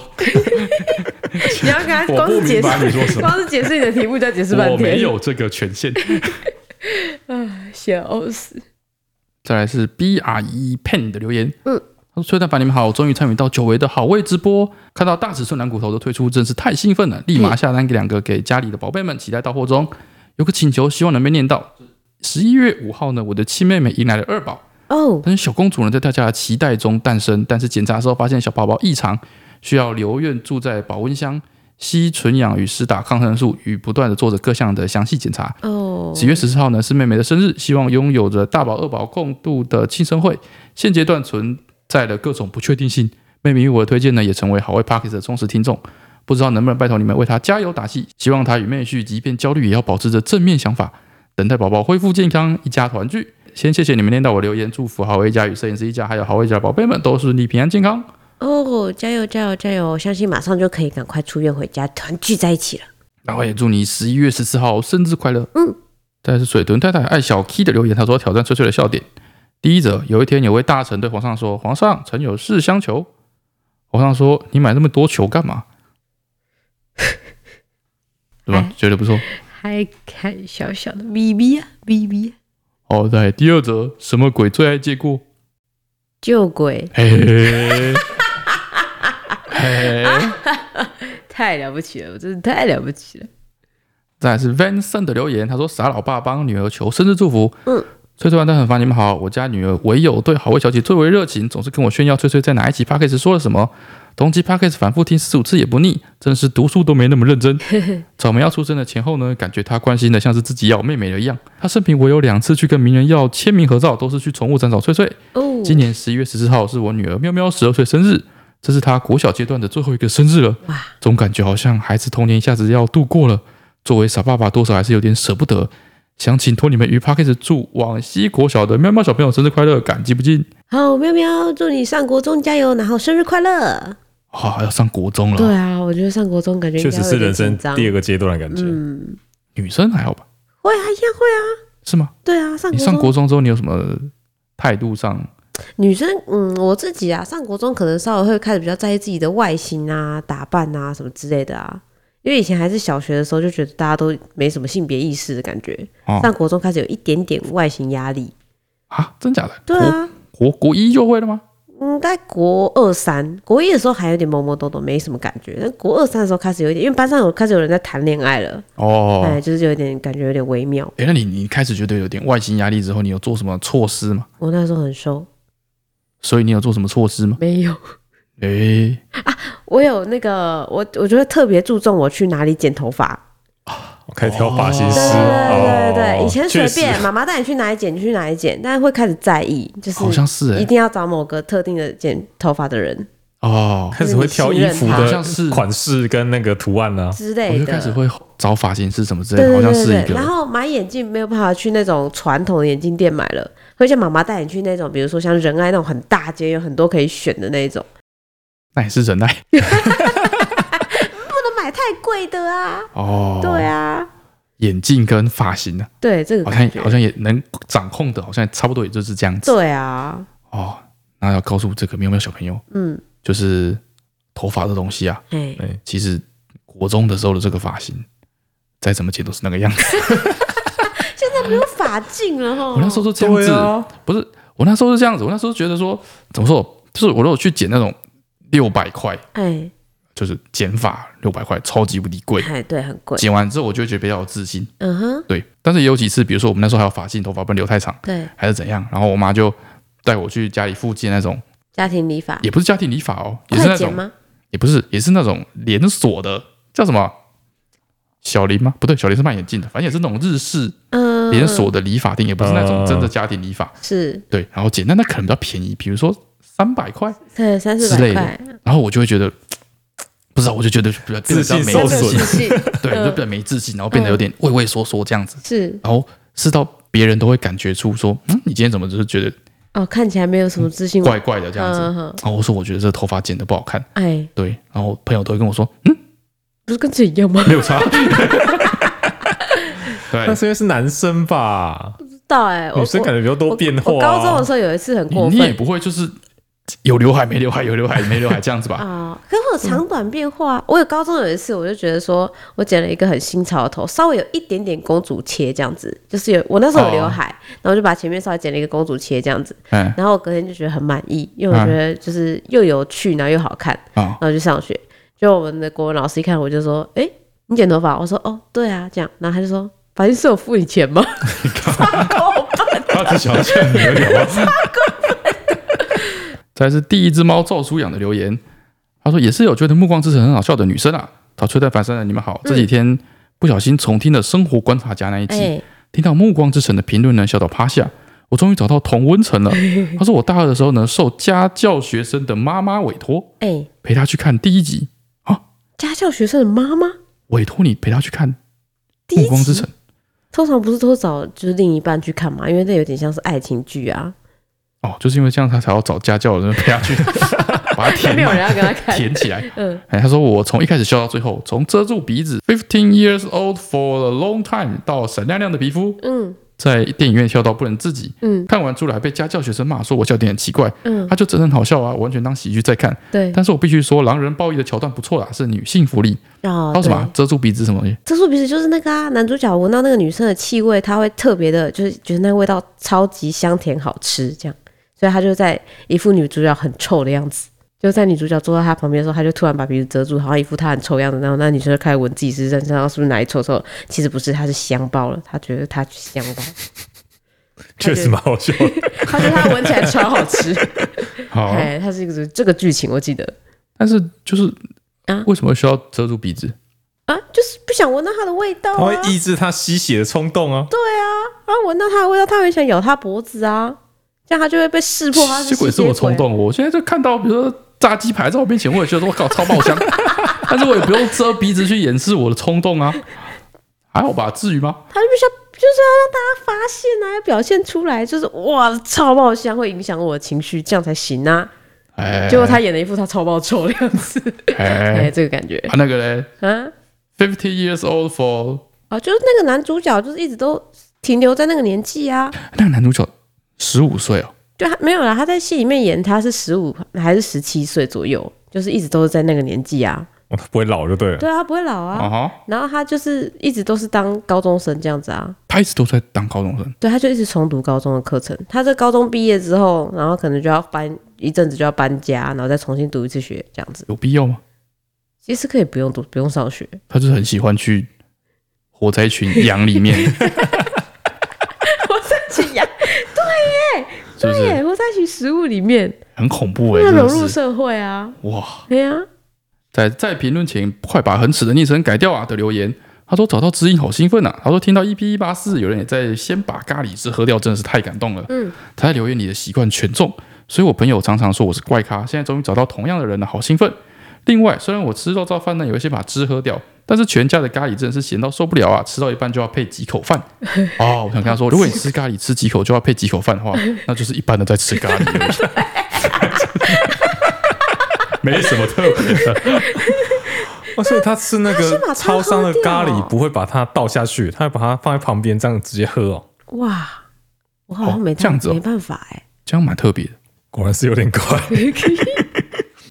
S1: 你要跟他
S2: 我
S1: 光
S2: 不
S1: 是解
S2: 明白你说
S1: 释，
S2: 什么
S1: 光是解释你的题目就要解释半
S2: 我
S1: 天
S2: 没，有这个权 限。
S1: 笑死。
S2: 再来是 B R E Pen 的留言，
S1: 嗯
S2: 嗯，他说：“崔大凡，你们好，我终于参与到久违的好味直播，看到大尺寸蓝骨头的推出，真是太兴奋了，立马下单给两个给家里的宝贝们，期待到货中。有个请求，希望能被念到。十一月五号呢，我的亲妹妹迎来了二宝，
S1: 哦，
S2: 但是小公主呢，在大家的期待中诞生，但是检查的时候发现小宝宝异常，需要留院住在保温箱，吸纯氧与施打抗生素，与不断的做着各项的详细检查。
S1: 哦，
S2: 十月十四号呢是妹妹的生日，希望拥有着大宝、二宝共度的庆生会。现阶段存在了各种不确定性，妹妹与我的推荐呢也成为好味 Parkes 的忠实听众。不知道能不能拜托你们为她加油打气，希望她与妹婿即便焦虑也要保持着正面想法，等待宝宝恢复健康，一家团聚。先谢谢你们念到我留言，祝福好味一家与摄影师一家，还有好味一家的宝贝们都顺利平安健康。
S1: 哦，加油加油加油！我相信马上就可以赶快出院回家团聚在一起了。
S2: 然后也祝你十一月十四号生日快乐。
S1: 嗯，
S2: 再来是水豚太太爱小 K 的留言，他说挑战翠翠的笑点，第一则，有一天有位大臣对皇上说：“皇上，臣有事相求。”皇上说：“你买那么多球干嘛？” 对吧
S4: 哎？
S2: 觉得不错。
S4: 还看小小的 BB 啊，BB 啊
S2: 好，在第二则，什么鬼最爱借过？
S1: 救鬼
S2: 嘿 嘿，嘿，
S4: 太了不起了，我真的太了不起了。
S2: 再来是 Vincent 的留言，他说：“傻老爸帮女儿求生日祝福。”
S1: 嗯，
S2: 翠翠完蛋很烦，你们好，我家女儿唯有对好味小姐最为热情，总是跟我炫耀翠翠在哪一期 p a c k a g e 说了什么。同期 p a c k a g e 反复听四五次也不腻，真是读书都没那么认真。草莓要出生的前后呢，感觉她关心的像是自己要妹妹的一样。她生平我有两次去跟名人要签名合照，都是去宠物展找翠翠。
S1: 哦，
S2: 今年十一月十四号是我女儿喵喵十二岁生日，这是她国小阶段的最后一个生日了。
S1: 哇，
S2: 总感觉好像孩子童年一下子要度过了。作为傻爸爸，多少还是有点舍不得。想请托你们于 p a c k a g e 祝往西国小的喵喵小朋友生日快乐，感激不尽。
S1: 好喵喵，祝你上国中加油，然后生日快乐。
S2: 啊，要上国中了，
S1: 对啊，我觉得上国中感觉应
S3: 确
S1: 该
S3: 实
S1: 会
S3: 是
S1: 有点
S3: 人生
S1: 紧张
S3: 第二个阶段的感觉。
S1: 嗯，
S2: 女生还好吧？
S1: 会啊，一样会啊，
S2: 是吗？
S1: 对啊，上
S2: 你
S1: 国
S2: 上
S1: 中
S2: 国中之后，你有什么态度上？
S1: 女生，嗯，我自己啊，上国中可能稍微会开始比较在意自己的外形啊、打扮啊什么之类的啊，因为以前还是小学的时候就觉得大家都没什么性别意识的感觉，
S2: 哦
S1: 上国中开始有一点点外形压力。
S2: 啊，真假的？
S1: 对啊，
S2: 国国国一就会了吗？
S1: 嗯，在国二三、国一的时候还有点懵懵懂懂，没什么感觉，但国二三的时候开始有一点，因为班上有开始有人在谈恋爱了，
S2: 哦，
S1: 哎，就是有点感觉有点微妙。
S2: 哎、那你你开始觉得有点外形压力之后，你有做什么措施吗？
S1: 我那时候很瘦，
S2: 所以你有做什么措施吗？
S1: 没有，
S2: 哎、
S1: 我有那个，我我就会特别注重我去哪里剪头发。
S3: 我开始挑发型
S1: 对
S3: 师，
S1: 对对对
S3: 哦
S1: 对，以前随
S3: 确实
S1: 便妈妈带你去哪里剪，你去哪里剪，但是会开始在意，就
S2: 好像
S1: 是
S2: 是哎、
S1: 一定要找某个特定的剪头发的人
S2: 哦，
S3: 开始会挑衣服
S2: 好像
S3: 的
S2: 是
S3: 款式跟那个图案呢、啊。
S1: 之
S2: 我
S1: 类
S2: 就
S1: 的
S2: 开。始会找发型师什么之类
S1: 对
S2: 的，
S1: 对
S2: 好像
S1: 对
S2: 是
S1: 对
S2: 一
S1: 对，然
S2: 个
S1: 后买眼镜没有办法去那种传统的眼镜店买了，会像妈妈带你去那种，比如说像仁爱那种很大街，有很多可以选的那种，
S2: 那也是忍耐
S1: 不能买太贵的啊。
S2: 哦。
S1: 对，啊，
S2: 眼镜跟发型呢，
S1: 对这个
S2: 好像
S1: 感觉
S2: 好像也能掌控的，好像差不多也就是这样子
S1: 对啊，
S2: 哦。那要告诉这个喵喵小朋友，
S1: 嗯，
S2: 就是头发这东西啊，
S1: 哎，
S2: 其实国中的时候的这个发型，再怎么剪都是那个样子。
S1: 现在没有发镜了哈。
S2: 我那时候都这样子，
S3: 啊，
S2: 不是我那时候是这样子，我那时候觉得说，怎么说，就是我如果去剪那种六百块，
S1: 哎
S2: 就是剪发六百块，超级无敌贵。
S1: 哎，对，很贵。
S2: 剪完之后，我就会觉得比较有自信。
S1: 嗯哼，
S2: 对，但是也有几次，比如说我们那时候还有发性，头发不能留太长，
S1: 对，
S2: 还是怎样，然后我妈就带我去家里附近那种，
S1: 家庭理发
S2: 也不是家庭理发哦，也是
S1: 快
S2: 那
S1: 剪
S2: 种，
S1: 吗？
S2: 也不是，也是那种连锁的，叫什么小林吗？不对，小林是卖眼镜的，反正也是那种日式
S1: 嗯，
S2: 连锁的理发店，也不是那种真的家庭理发。
S1: 是，
S2: 对，然后简单的可能比较便宜，比如说三百块，
S1: 对，三四
S2: 之类
S1: 百
S2: 的
S1: 块，
S2: 然后我就会觉得。不知道，我就觉得比较变得比较
S3: 自信
S2: 没
S3: 受
S1: 哎
S2: 自
S3: 损
S2: 信，
S4: 信，
S2: 对，
S1: 嗯
S2: 就变得没自信，然后变得有点畏畏缩缩这样子。
S1: 是
S2: 然后是到别人都会感觉出说，嗯，你今天怎么就是觉得
S1: 哦，看起来没有什么自信，
S2: 怪怪的这样子？
S1: 嗯哼
S2: 然后我说我觉得这头发剪的不好看，
S1: 哎，
S2: 对，然后朋友都会跟我说，嗯，
S1: 不是跟这一样吗？
S2: 没有差。 对
S3: 那，是因为是男生吧？
S1: 不知道哎，我
S3: 女生感觉比较多
S1: 我
S3: 变化、啊。
S1: 我高 中的时候有一次很
S2: 你
S1: 过
S2: 你也
S1: 分
S2: 不会就是有刘海没刘海，有刘海没刘海这样 子吧？
S1: 啊，可是我长短变化，我有高中有一次，我就觉得说我剪了一个很新潮的头，稍微有一点点公主切这样子，就是有我那时候有刘
S2: 哦
S1: 海，然后就把前面稍微剪了一个公主切这样子，
S2: 嗯
S1: 然后我隔天就觉得很满意，因为我
S2: 嗯
S1: 觉得就是又有趣，然后又好看。
S2: 啊，
S1: 然后就上学。就我们的国文老师一看我就说：“哎、你剪头发？”我说：“哦，对啊，这样。”然后他就说：“发型师有付你钱吗？”
S2: 他只想像你而已，好吧？再来是第一只猫赵叔养的留言，他说也是有觉得《暮光之城》很好笑的女生啊。他吹在凡山的你们好，这几天不小心重听了《生活观察家》那一集，
S1: 哎、
S2: 听到《暮光之城》的评论呢，笑到趴下。我终于找到同 温层了。他说我大二的时候呢，受家教学生的妈妈委托，
S1: 哎、
S2: 陪她去看第一集。
S1: 家教学生的妈妈，
S2: 委托你陪她去看
S1: 第
S2: 《暮
S1: 一
S2: 光之
S1: 集
S2: 城》
S1: 通常不是都找就是另一半去看嘛，因为那有点像是爱情剧啊，
S2: 哦，就是因为这样，他才要找家教的人陪 她去，把它 填
S4: 没有
S2: 满
S4: 人要跟他 看。
S2: 填起来。
S1: 嗯，
S2: 哎，他说我从一开始笑到最后，从遮住鼻子 （fifteen years old for a long time） 到闪亮亮的皮肤，
S1: 嗯，
S2: 在电影院笑到不能自己，
S1: 嗯
S2: 看完出来被家教学生骂说我笑点很奇怪，
S1: 嗯，
S2: 他就真的很好笑啊，我完全当喜剧在看。
S1: 对，
S2: 但是我必须说，狼人暴力的桥段不错啦，是女性福利，
S1: 哦
S2: 还，有什么啊遮住鼻子什么东西，
S1: 这说鼻子就是那个啊，男主角闻到那个女生的气味，他会特别的，就是觉得那味道超级香甜好吃，这样，所以他就在一副女主角很臭的样子，就在女主角坐在他旁边的时候，他就突然把鼻子遮住，好像一副他很臭的样子，然后那女生就开始闻自己身上，然后是不是哪里臭臭？其实不是，他是香爆了，他觉得他香爆，
S3: 确实蛮好笑的。
S1: 他觉得他闻起来超好 吃，
S2: 好，
S1: 哎，他是一个这个剧情我记得
S2: 但是就是
S1: 啊
S2: 为什么需要遮住鼻子？
S1: 啊，就是不想闻到它的味道
S3: 它
S1: 啊
S2: 哦
S3: 会，抑制他吸血的冲动啊。
S1: 啊，闻到它的味道，他会想咬他脖子啊。这样他就会被识破，他是
S2: 这鬼
S1: 吸
S2: 是
S1: 血
S2: 我冲
S1: 鬼啊
S2: 动，我现在就看到比如说炸鸡排在我面前，我也觉得说我靠超爆 香，但是我也不用遮鼻子去掩饰我的冲动啊，还好吧？至于吗？
S1: 他就想就是要让大家发现啊，要表现出来，就是哇超爆香会影响我的情绪，这样才行啊。
S2: 哎，
S1: 结果他演了一副他超爆臭的样子，哎、
S2: 哎，
S1: 这个感觉
S2: 啊那个嘞
S1: 啊
S2: ，Fifty years old for
S1: 啊，就是那个男主角就是一直都停留在那个年纪啊，
S2: 那个男主角十五岁哦，
S1: 就他没有啦，他在戏里面演他是十五还是十七岁左右，就是一直都是在那个年纪啊，
S3: 哦它不会老就对了。
S1: 对啊，他不会老啊。
S2: 啊哈，
S1: 然后他就是一直都是当高中生这样子啊，
S2: 他一直都在当高中生，
S1: 对，他就一直重读高中的课程。他在高中毕业之后，然后可能就要搬一阵子就要搬家，然后再重新读一次学这样子。
S2: 有必要吗？
S1: 其实可以不用读，不用上 学。
S2: 他就是很喜欢去活在一群羊里 面，
S1: 我在群呀，
S2: 是不 是
S1: 对，我在群食物里面，
S2: 很恐怖哎、
S1: 为了
S2: 真
S1: 融
S2: 的
S1: 入
S2: 是
S1: 社会啊，
S2: 哇！
S1: 对呀、
S2: 在在评论前，快把很耻的昵称改掉啊的留言。他说找到知音好兴奋呐、啊！他说听到 EP 一八四，有人也在先把咖喱汁喝掉，真的是太感动了。
S1: 嗯，
S2: 他在留言里的习惯权重，所以我朋友常常说我是怪咖。现在终于找到同样的人了，好兴奋！另外，虽然我吃肉燥饭呢，有一些把汁喝掉，但是全家的咖喱真的是咸到受不了啊！吃到一半就要配几口饭。哦，我想跟他说，如果你吃咖喱吃几口就要配几口饭的话，那就是一般的在吃咖喱而已。
S3: 没什么特别 的。哦，所以他吃那
S1: 先啊把
S3: 个
S1: 它
S3: 超商的咖
S1: 喝
S3: 喱
S1: 掉
S3: 不会把它倒下去，他会把它放在旁边这样直接喝哦。
S1: 哇，我好像
S2: 哦
S1: 没、
S2: 这样子哦
S1: 没办法 哎、
S2: 这样蛮特别的。
S3: 果然是有点怪，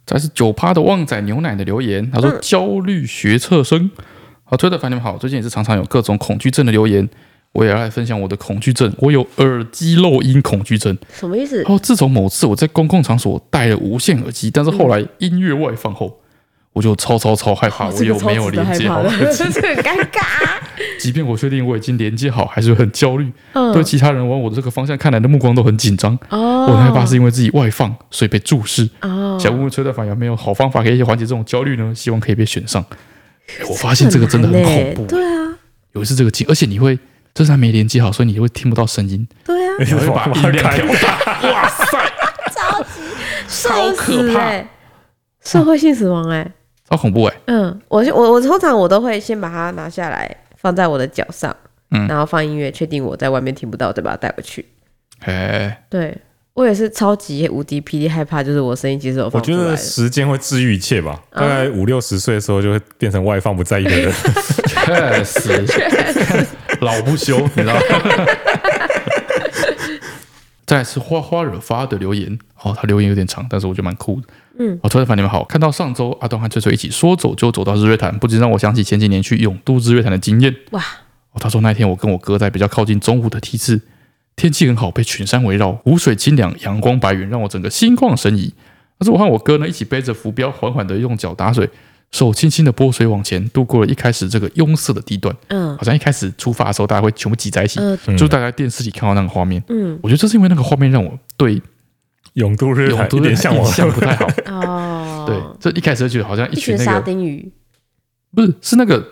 S2: 这是九趴的旺仔牛奶的留言，他说
S1: 嗯
S2: 焦虑学测生。好，推特凡你们好，最近也是常常有各种恐惧症的留言，我也要来分享我的恐惧症。我有耳机漏音恐惧症。
S1: 什么意思？
S2: 哦，自从某次我在公共场所戴了无线耳机，但是后来音乐外放后，我就超超超害怕，
S1: 哦
S2: 我
S1: 这个
S2: 有
S1: 超
S2: 没有哦
S1: 值得
S2: 连
S1: 害
S2: 接
S1: 怕
S2: 好
S1: 的？
S2: 耳机
S1: 真？是很尴尬。
S2: 即便我确定我已经连接好，还是会很焦虑。
S1: 嗯
S2: 对其他人往我的这个方向看来的目光都很紧张。
S1: 哦
S2: 我很害怕是因为自己外放，所以被注视。
S1: 哦，
S2: 想问问崔大凡有没有好方法可以缓解这种焦虑呢？希望可以被选上。哎我发现这个真的很
S1: 难
S2: 恐
S1: 欸
S2: 怖，
S1: 对啊，
S2: 有一次这个情，而且你会，这是还没连接好，所以你会听不到声音，
S1: 对啊，
S2: 你会把音量
S3: 开
S2: 调大。哇塞，
S1: 超级
S2: 超
S1: 社
S2: 可
S1: 死
S2: 怕
S1: 哎、社会性死亡哎、
S2: 超恐怖哎、
S1: 嗯，我我我通常我都会先把它拿下来，放在我的脚上，
S2: 嗯
S1: 然后放音乐，确定我在外面听不到，再把它带回去。
S2: 哎，
S1: 对我也是超级无敌霹雳害怕，就是我声音其实有
S3: 我
S1: 放出
S3: 觉
S1: 来嗯
S3: 得
S1: 的。
S3: 时间会治愈一切吧。大概五六十岁的时候，就会变成外放不在意的人。
S2: 确实，老不休，你 知道吗？再来是花花惹发的留言哦，他留言有点长，但是我觉得蛮酷的。
S1: 嗯，
S2: 哦，崔大凡你们好，看到上周阿东和翠翠一起说走就走到日月潭，不禁让我想起前几年去永渡日月潭的经验。
S1: 哇，
S2: 哦，他说那天我跟我哥在比较靠近中午的梯次，天气很好，被群山围绕，湖水清凉，阳光白云，让我整个心旷神怡。但是我和我哥呢一起背着浮标，缓缓的用脚打水，手轻轻的拨水往前，度过了一开始这个拥塞的地段。
S1: 嗯
S2: 好像一开始出发的时候，大家会全部挤在一起，
S1: 呃
S2: 就大家电视里看到那个画面。
S1: 嗯
S2: 我觉得这是因为那个画面让我对
S3: 永渡日
S2: 永
S3: 海
S2: 都
S3: 一
S2: 的
S3: 点向
S2: 印
S3: 往，
S2: 象不太 好。
S1: 哦，
S2: 对，这一开始就觉得好像一
S1: 一群
S2: 群
S1: 沙
S2: 那个
S1: 丁鱼，
S2: 不是是那个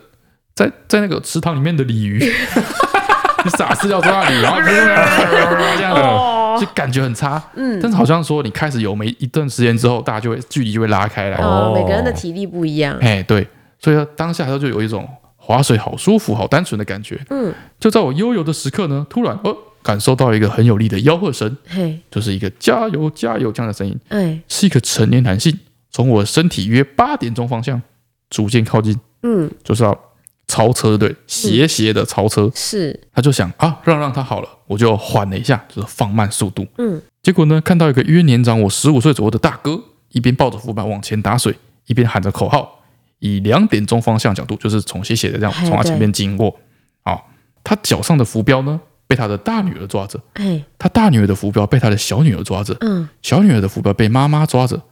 S2: 在在那个池塘里面的鲤鱼，你撒饲料在那里，然后这样的。
S1: 哦
S2: 就，感觉很差。
S1: 嗯
S2: 但，是好像说你开始有没一段时间之后，大家就会距离就会拉开来。
S1: 哦
S3: 哦，
S1: 每个人的体力不一样，
S2: 哎，对，所以当下他就有一种划水好舒服、好单纯的感觉。
S1: 嗯，
S2: 就在我悠游的时刻呢，突然哦，感受到一个很有力的吆喝声，
S1: 嘿，
S2: 就是一个加油加油这样的声音，
S1: 哎，
S2: 是一个成年男性从我身体约八点钟方向逐渐靠近，
S1: 嗯，
S2: 就是要超车，对，斜斜的超车，
S1: 是
S2: 他就想啊，让让他好了，我就缓了一下，就是放慢速度。
S1: 嗯，
S2: 结果呢，看到一个约年长我十五岁左右的大哥，一边抱着浮板往前打水，一边喊着口号，以两点钟方向角度，就是从斜斜的这样
S1: 嘿
S2: 从他前
S1: 哎对
S2: 面经过。啊，他脚上的浮标呢，被他的大女儿抓着；
S1: 哎，
S2: 他大女儿的浮标被他的小女儿抓着；
S1: 嗯，
S2: 小女儿的浮标被妈妈抓着。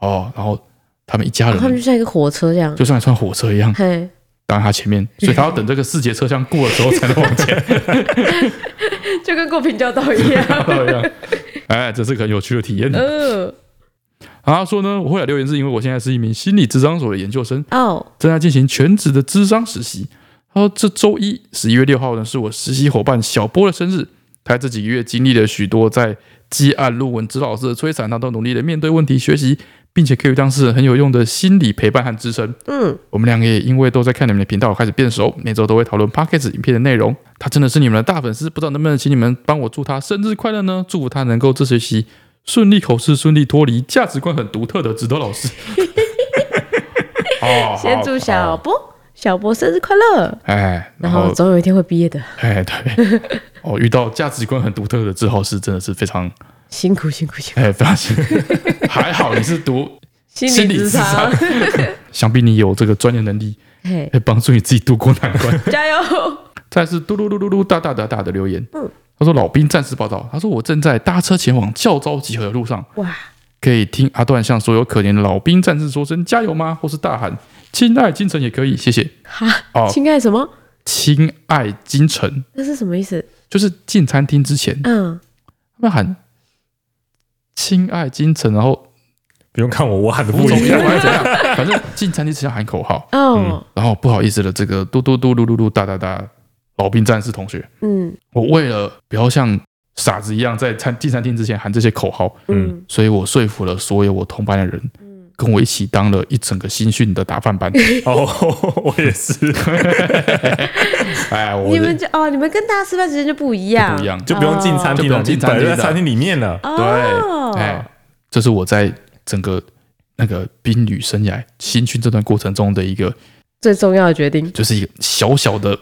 S2: 哦，然后他们一家
S1: 然哦后他们
S2: 人
S1: 就像一个火车这样，
S2: 就像一串火车一样，
S1: 嘿，
S2: 挡在他前面，所以他要等这个四节车厢过了之后才能往前。
S1: 就跟过平交道一样。
S2: 一样。哎，这是个很有趣的体验。然
S1: 嗯，
S2: 后他说呢，我会来留言是因为我现在是一名心理智商所的研究生，
S1: 哦，
S2: 正在进行全职的智商实习。他说，这周一十一月六号呢，是我实习伙伴小波的生日。他这几个月经历了许多在积案论文指导师的摧残，他都努力的面对问题学习，并且给予当事人很有用的心理陪伴和支撑。
S1: 嗯，
S2: 我们两个也因为都在看你们的频道开始变熟，每周都会讨论 podcast 影片的内容。他真的是你们的大粉丝，不知道能不能请你们帮我祝他生日快乐呢？祝福他能够这学期顺利口试，顺利脱离价值观很独特的指导 老师。哦，好
S1: 先祝小
S2: 好
S1: 波小波生日快乐，
S2: 哎，
S1: 然
S2: 然
S1: 后
S2: 后
S1: 总有一天会毕业的，
S2: 哎对， 哦，遇到价值观很独特的指导师真的是非常
S1: 辛苦辛苦辛
S2: 哎非常辛 苦，还好你是读，
S1: 苦，
S2: 心理
S1: 智
S2: 智商， 想必你有这个专业能力，
S1: 嘿，
S2: 可以帮助你自己渡过难关。
S1: 加油，
S2: 再来是嘟噜噜噜噜大大大大的留言，
S1: 嗯
S2: 他说老兵战士报道，他说我正在搭车前往教招集合的路上，
S1: 哇，
S2: 可以听阿段向所有可怜的老兵战士说声加油吗？或是大喊亲爱金城也可以，谢谢。
S1: 哈，
S2: 哦，
S1: 亲爱什么？
S2: 亲爱金城
S1: 那是什么意思？
S2: 就是进餐厅之前
S1: 嗯，
S2: 他们喊亲爱金城，然后
S3: 不用看我，我喊的
S2: 服
S3: 不
S2: 从我
S3: 一样。
S2: 还是怎样，反正进餐厅之前喊口号，
S1: 哦，
S2: 然后不好意思的这个嘟嘟嘟噜噜噜大大大老兵战士同学，
S1: 嗯
S2: 我为了不要像傻子一样在餐进餐厅之前喊这些口号，
S1: 嗯
S3: 嗯，
S2: 所以我说服了所有我同班的人，
S1: 嗯
S2: 跟我一起当了一整个新训的打饭班。
S3: 哦，我也是，
S2: 哎，我
S1: 你们就
S2: 的
S1: 哦，你们跟大家吃饭时间就不一样，
S2: 不一样，
S3: 就不用进餐厅
S2: 就不用
S3: 了，
S2: 进
S3: 你
S2: 餐
S3: 摆
S2: 厅
S3: 在
S2: 了
S3: 餐厅里面了。
S1: 哦，
S2: 哎，这是我在整个那个兵旅生涯新训这段过程中的一个，
S1: 最重要的决定，
S2: 就是一个小小的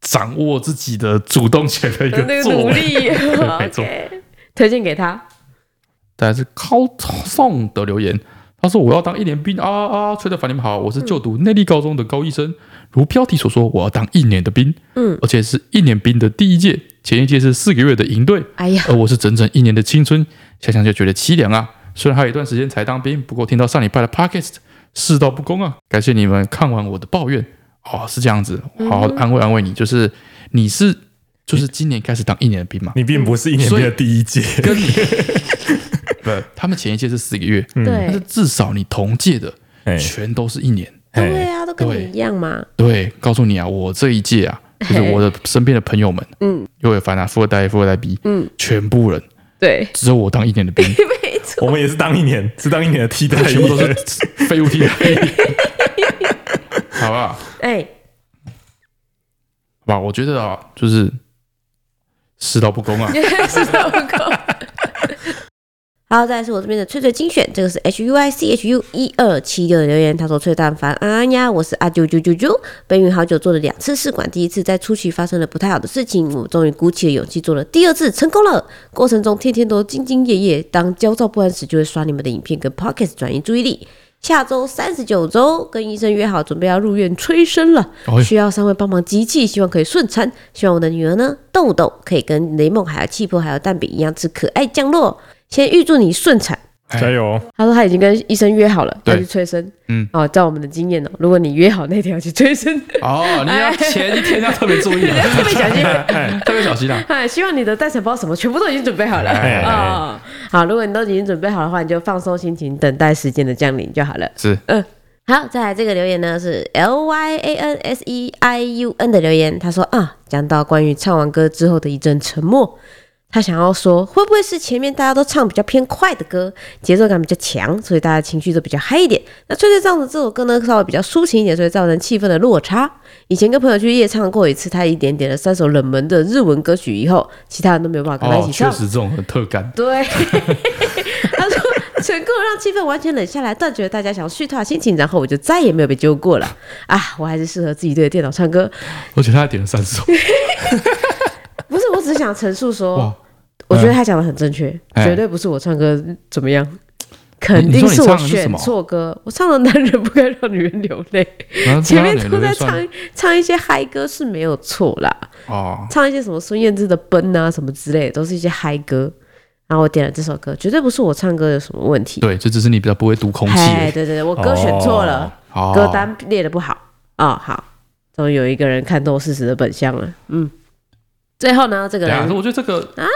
S2: 掌握自己的主动权的一
S1: 呃那
S2: 个
S1: 个
S2: 作
S1: 努
S2: 为。
S1: 力哦
S2: 没错
S1: ，OK，推荐给他，
S2: 但是高送的留言，他说我要当一年兵啊啊！崔德凡，你们好，我是就读内力高中的高一生。如标题所说，我要当一年的兵，
S1: 嗯，
S2: 而且是一年兵的第一届，前一届是四个月的营队，
S1: 哎呀，
S2: 而我是整整一年的青春，想想就觉得凄凉啊。虽然还有一段时间才当兵，不过听到上礼拜的 podcast，世道不公啊！感谢你们看完我的抱怨哦，是这样子，好好的安慰安慰你，就是你是就是今年开始当一年的兵 嘛，
S3: 你并不是一年级的第一届，
S2: 跟你 不，他们前一届是四个月，但是
S1: 对
S2: 至少你同届的
S3: 哎
S2: 全都是一年。
S1: 对
S3: 哎，
S1: 啊，都跟
S2: 对
S1: 你一样嘛，
S2: 对，告诉你啊，我这一届啊，就是我的身边的朋友们，
S1: 嗯，
S2: 又有凡啊，富二代、富二代 B，
S1: 嗯，
S2: 全部人
S1: 对，
S2: 只有我当一年的兵，
S1: 没错，
S3: 我们也是当一年，是当一年的替代役，
S2: 全部都
S1: 哎
S2: 是废物替代役， 好不好？好
S1: 哎，
S2: 吧，我觉得啊，就是世道不公 啊，
S1: 是老公。好，再来是我这边的翠翠精选，这个是 H U I C H U 一二七六的留言，他说：“翠蛋烦安安呀，我是阿啾啾啾啾。本宇好久做了两次试管，第一次在初期发生了不太好的事情，我终于鼓起了勇气做了第二次，成功了。过程中天天都兢兢业业，当焦躁不安时就会刷你们的影片跟 Pocket 转移注意力。下周三十九周跟医生约好，准备要入院催生了。
S2: 哦哟
S1: 需要三位帮忙集气，希望可以顺产。希望我的女儿呢，豆豆可以跟雷梦、还有气泡、还有蛋饼一样吃可爱降落。先预祝你顺产。
S2: 哎
S3: 加油！
S1: 他说他已经跟医生约好了，
S2: 对
S1: 要去催生。
S2: 嗯，
S1: 哦，照我们的经验哦，如果你约好那天要去催 生，
S2: 哦，你
S1: 哎
S2: 要前一天要特别注意 啊，
S1: 特别小心。
S2: 特别小心啊。
S1: 哎，希望你的待产包什么全部都已经准备 好了
S3: 哎
S1: 哦。好，如果你都已经准备好的话，你就放松心情，等待时间的降临就好了。
S2: 是，
S1: 好，再来这个留言呢是 L Y A N S E I U N 的留言，他说啊，讲到关于唱完歌之后的一阵沉默，他想要说会不会是前面大家都唱比较偏快的歌，节奏感比较强，所以大家情绪都比较嗨一点。那翠翠这样子这首歌呢稍微比较抒情一点，所以造成气氛的落差。以前跟朋友去夜唱过一次，他一点点了三首冷门的日文歌曲以后，其他人都没有办法跟他一
S2: 哦，
S1: 起
S2: 确
S1: 唱。
S2: 实这种很特感，
S1: 对，他说成功地让气氛完全冷下来，断绝了大家想要续团的心情，然后我就再也没有被揪过了。啊，我还是适合自己对着电脑唱歌。
S2: 而且他还点了三首，
S1: 不是，我只是想陈述说
S2: 哇，
S1: 我觉得他讲的很正确，
S2: 哎
S1: 绝对不是我唱歌怎么样，肯
S2: 你
S1: 定
S2: 说你
S1: 是我
S2: 唱的是什
S1: 选
S2: 么
S1: 错歌。我唱的男人不该让女人流 泪，
S2: 然后
S1: 前面
S2: 他
S1: 都在
S2: 算
S1: 唱唱一些嗨歌是没有错啦，
S2: 哦，
S1: 唱一些什么孙燕姿的《奔》啊什么之类的，都是一些嗨歌。然后我点了这首歌，绝对不是我唱歌有什么问题。
S2: 对，这只是你比较不会读空气而
S1: 嗨，
S2: 已。
S1: 对对对，我歌选错了，
S2: 哦，
S1: 歌单列的不好。哦，好，终于有一个人看透事实的本相了。嗯，最后呢，这个
S2: 对啊，可是
S1: 人，
S2: 我觉得这个啊，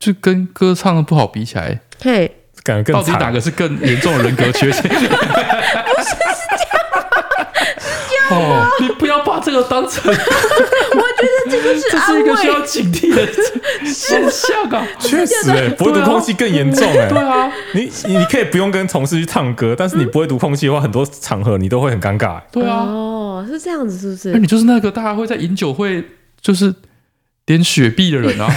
S2: 就跟歌唱的不好比起来，
S1: 嘿，
S3: 感觉
S2: 到
S3: 更
S2: 底哪
S3: 惨。
S2: 个是更严重的人格缺 陷？不是是这样，
S1: 啊
S2: 哦，你不要把这个当成，
S1: 我觉啊得这个是
S2: 这是一
S1: 安
S2: 个需
S1: 慰
S2: 要。警惕的现象啊！
S3: 确实、欸，不会读空气更严重哎、
S2: 对啊，
S3: 你你你可以不用跟同事去唱歌，但是
S1: 嗯
S3: 你不会读空气的话，很多场合你都会很尴尬、欸。
S2: 对啊，
S1: 哦，是这样子，是不
S2: 那
S1: 是？
S2: 你就是那个大家会在饮酒会就是点雪碧 的人啊，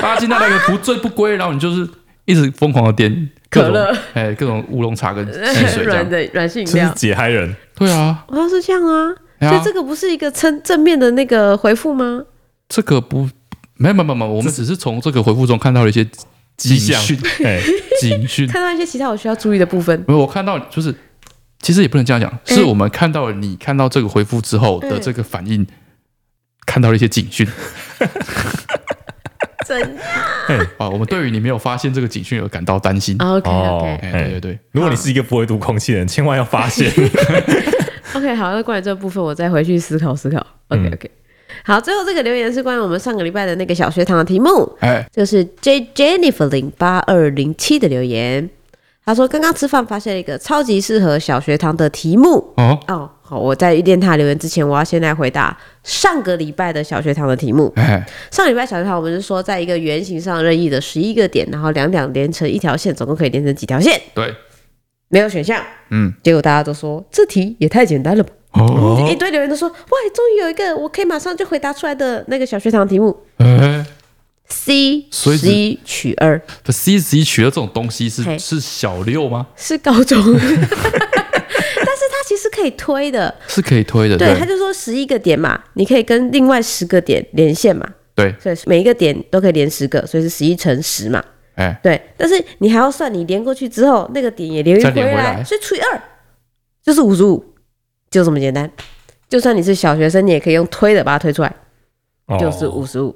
S2: 大家进到那个不醉不归，然后你就是一直疯狂的点各种
S1: 可乐，
S2: 哎，各种乌龙茶跟汽 水这
S1: 软
S2: 样。
S1: 的软性饮
S3: 真
S1: 料
S3: 是，解嗨人，
S2: 对啊，
S1: 我要是这样啊，
S2: 哎呀
S1: 所以这个不是一个正正面的那个回复吗？
S2: 这个不，没有没有没有，我们只是从这个回复中看到了一些
S3: 迹
S2: 警
S3: 象
S2: 讯，
S3: 哎、
S2: 警讯。
S1: 看到一些其他我需要注意的部分。
S2: 没有，我看到就是，其实也不能这样讲，
S1: 嗯
S2: 是我们看到了你看到这个回复之后的这个反应，看到了一些警讯
S1: 真
S2: 啊。我们对于你没有发现这个警讯而感到担心。
S1: OK
S3: 哦
S1: OK
S2: 哎，
S3: 哎
S2: 对对对，
S3: 如果你是一个不会读空气的人，千万要 发现。
S1: OK，好，那关于这部分我再回去思考思考。OK
S3: 嗯
S1: OK，好，最后这个留言是关于我们上个礼拜的那个小学堂的题目。
S2: 哎，
S1: 这个是 J Jennifer 零八二零七的留言，他说刚刚吃饭发现了一个超级适合小学堂的题目。
S2: 哦，
S1: 哦，好，我在念他留言之前，我要先来回答上个礼拜的小学堂的题目。
S2: 哎，
S1: 上礼拜小学堂我们是说，在一个圆形上任意的十一个点，然后两两连成一条线，总共可以连成几条线？
S2: 对，
S1: 没有选项。
S2: 嗯，
S1: 结果大家都说这题也太简单了吧！
S2: 哦，
S1: 一堆留言都说，哇，终于有一个我可以马上就回答出来的那个小学堂的题目
S2: 哎，
S1: C
S2: 所以
S1: 十
S2: 只
S1: 一取二，
S2: 不，C C 取的这种东西
S1: 嘿
S2: 是是小六吗？
S1: 是高中，但是它其实可以推的。
S2: 是可以推的，
S1: 对，他
S2: 对
S1: 就说十一个点嘛，你可以跟另外十个点连线嘛，
S2: 对，
S1: 所以每一个点都可以连十个，所以是十一乘十嘛。
S2: 哎，
S1: 对，但是你还要算你连过去之后那个点也连
S2: 再
S1: 回
S2: 连回
S1: 来，
S2: 来
S1: 所以除以二就是五十五，就这么简单。就算你是小学生，你也可以用推的把它推出来，
S3: 哦
S1: 就是五十五。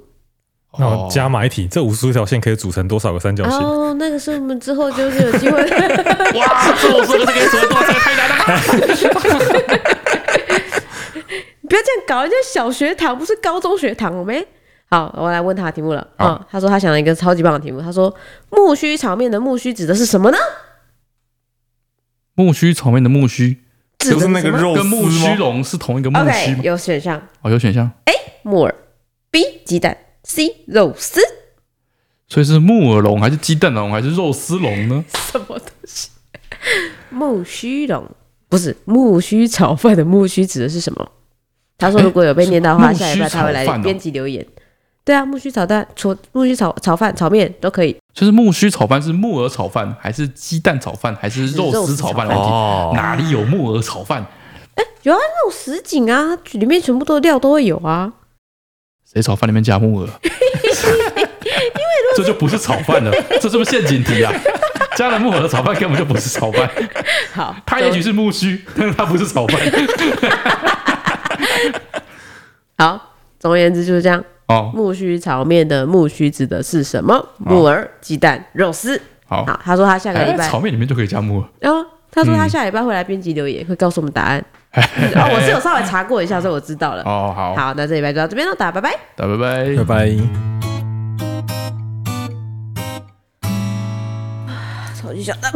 S3: 那我哦
S2: 哦
S3: 加码一题，这五十五条线可以组成多少个三角形？
S1: 哦，那个是我们之后就是有机会的。
S2: 哇，这我说的这个什么多，这个太难了吧？
S1: 不要这样搞，人家小学堂不是高中学堂，我没。好，我来问他的题目了。
S2: 好
S1: 嗯，他说他想了一个超级棒的题目，他说木须炒面的木须指的是什么呢？
S2: 木须炒面的木须
S1: 指的
S3: 就是是那
S1: 什
S3: 个
S1: 么
S3: 肉哦丝
S2: 跟木须
S3: 吗？
S2: 龙是同一个木须
S1: OK，
S2: 吗？
S1: 有选项
S2: 哦，有选项，
S1: 木耳，B 鸡蛋，C 肉丝，
S2: 所以是木耳龙还是鸡蛋龙还是肉丝龙呢？
S1: 什么东西？木须龙不是木须炒饭的木须指的是什么？他说如果有被念到的话，
S2: 哎
S1: 下礼拜他会
S2: 木须
S1: 来
S2: 炒饭哦
S1: 编辑留言。对啊，木须炒蛋、炒木须炒炒饭、炒面都可以。
S2: 就是木须炒饭是木耳炒饭，还是鸡蛋炒饭，还是肉丝炒饭？
S1: 肉丝
S2: 哦，
S3: 哦，
S2: 哪里有木耳炒饭？
S1: 有啊，那种什锦啊，里面全部都料都会有啊。
S2: 谁炒饭里面加木耳？这就不是炒饭了，这是不是陷阱题啊？加了木耳的炒饭根本就不是炒饭，
S1: 好，
S2: 它也许是 木须，但是它不是炒饭。
S1: 好。总而言之就是这样。
S2: 哦，
S1: 木须炒面的木须指的是什么？木耳、鸡蛋、肉丝。
S2: 好，
S1: 好，他说他下个礼
S2: 哎，
S1: 拜
S2: 炒，嗯面里面就可以加木耳。
S1: 然后他说他下礼拜会来编辑留言，会告诉我们答 案。哦，我是有稍微查过一下，所以我知道了。
S2: 哦，好，
S1: 好，那这礼拜就到这边了，大家拜拜。
S2: 拜拜
S3: 拜。拜。
S1: 超级小蛋。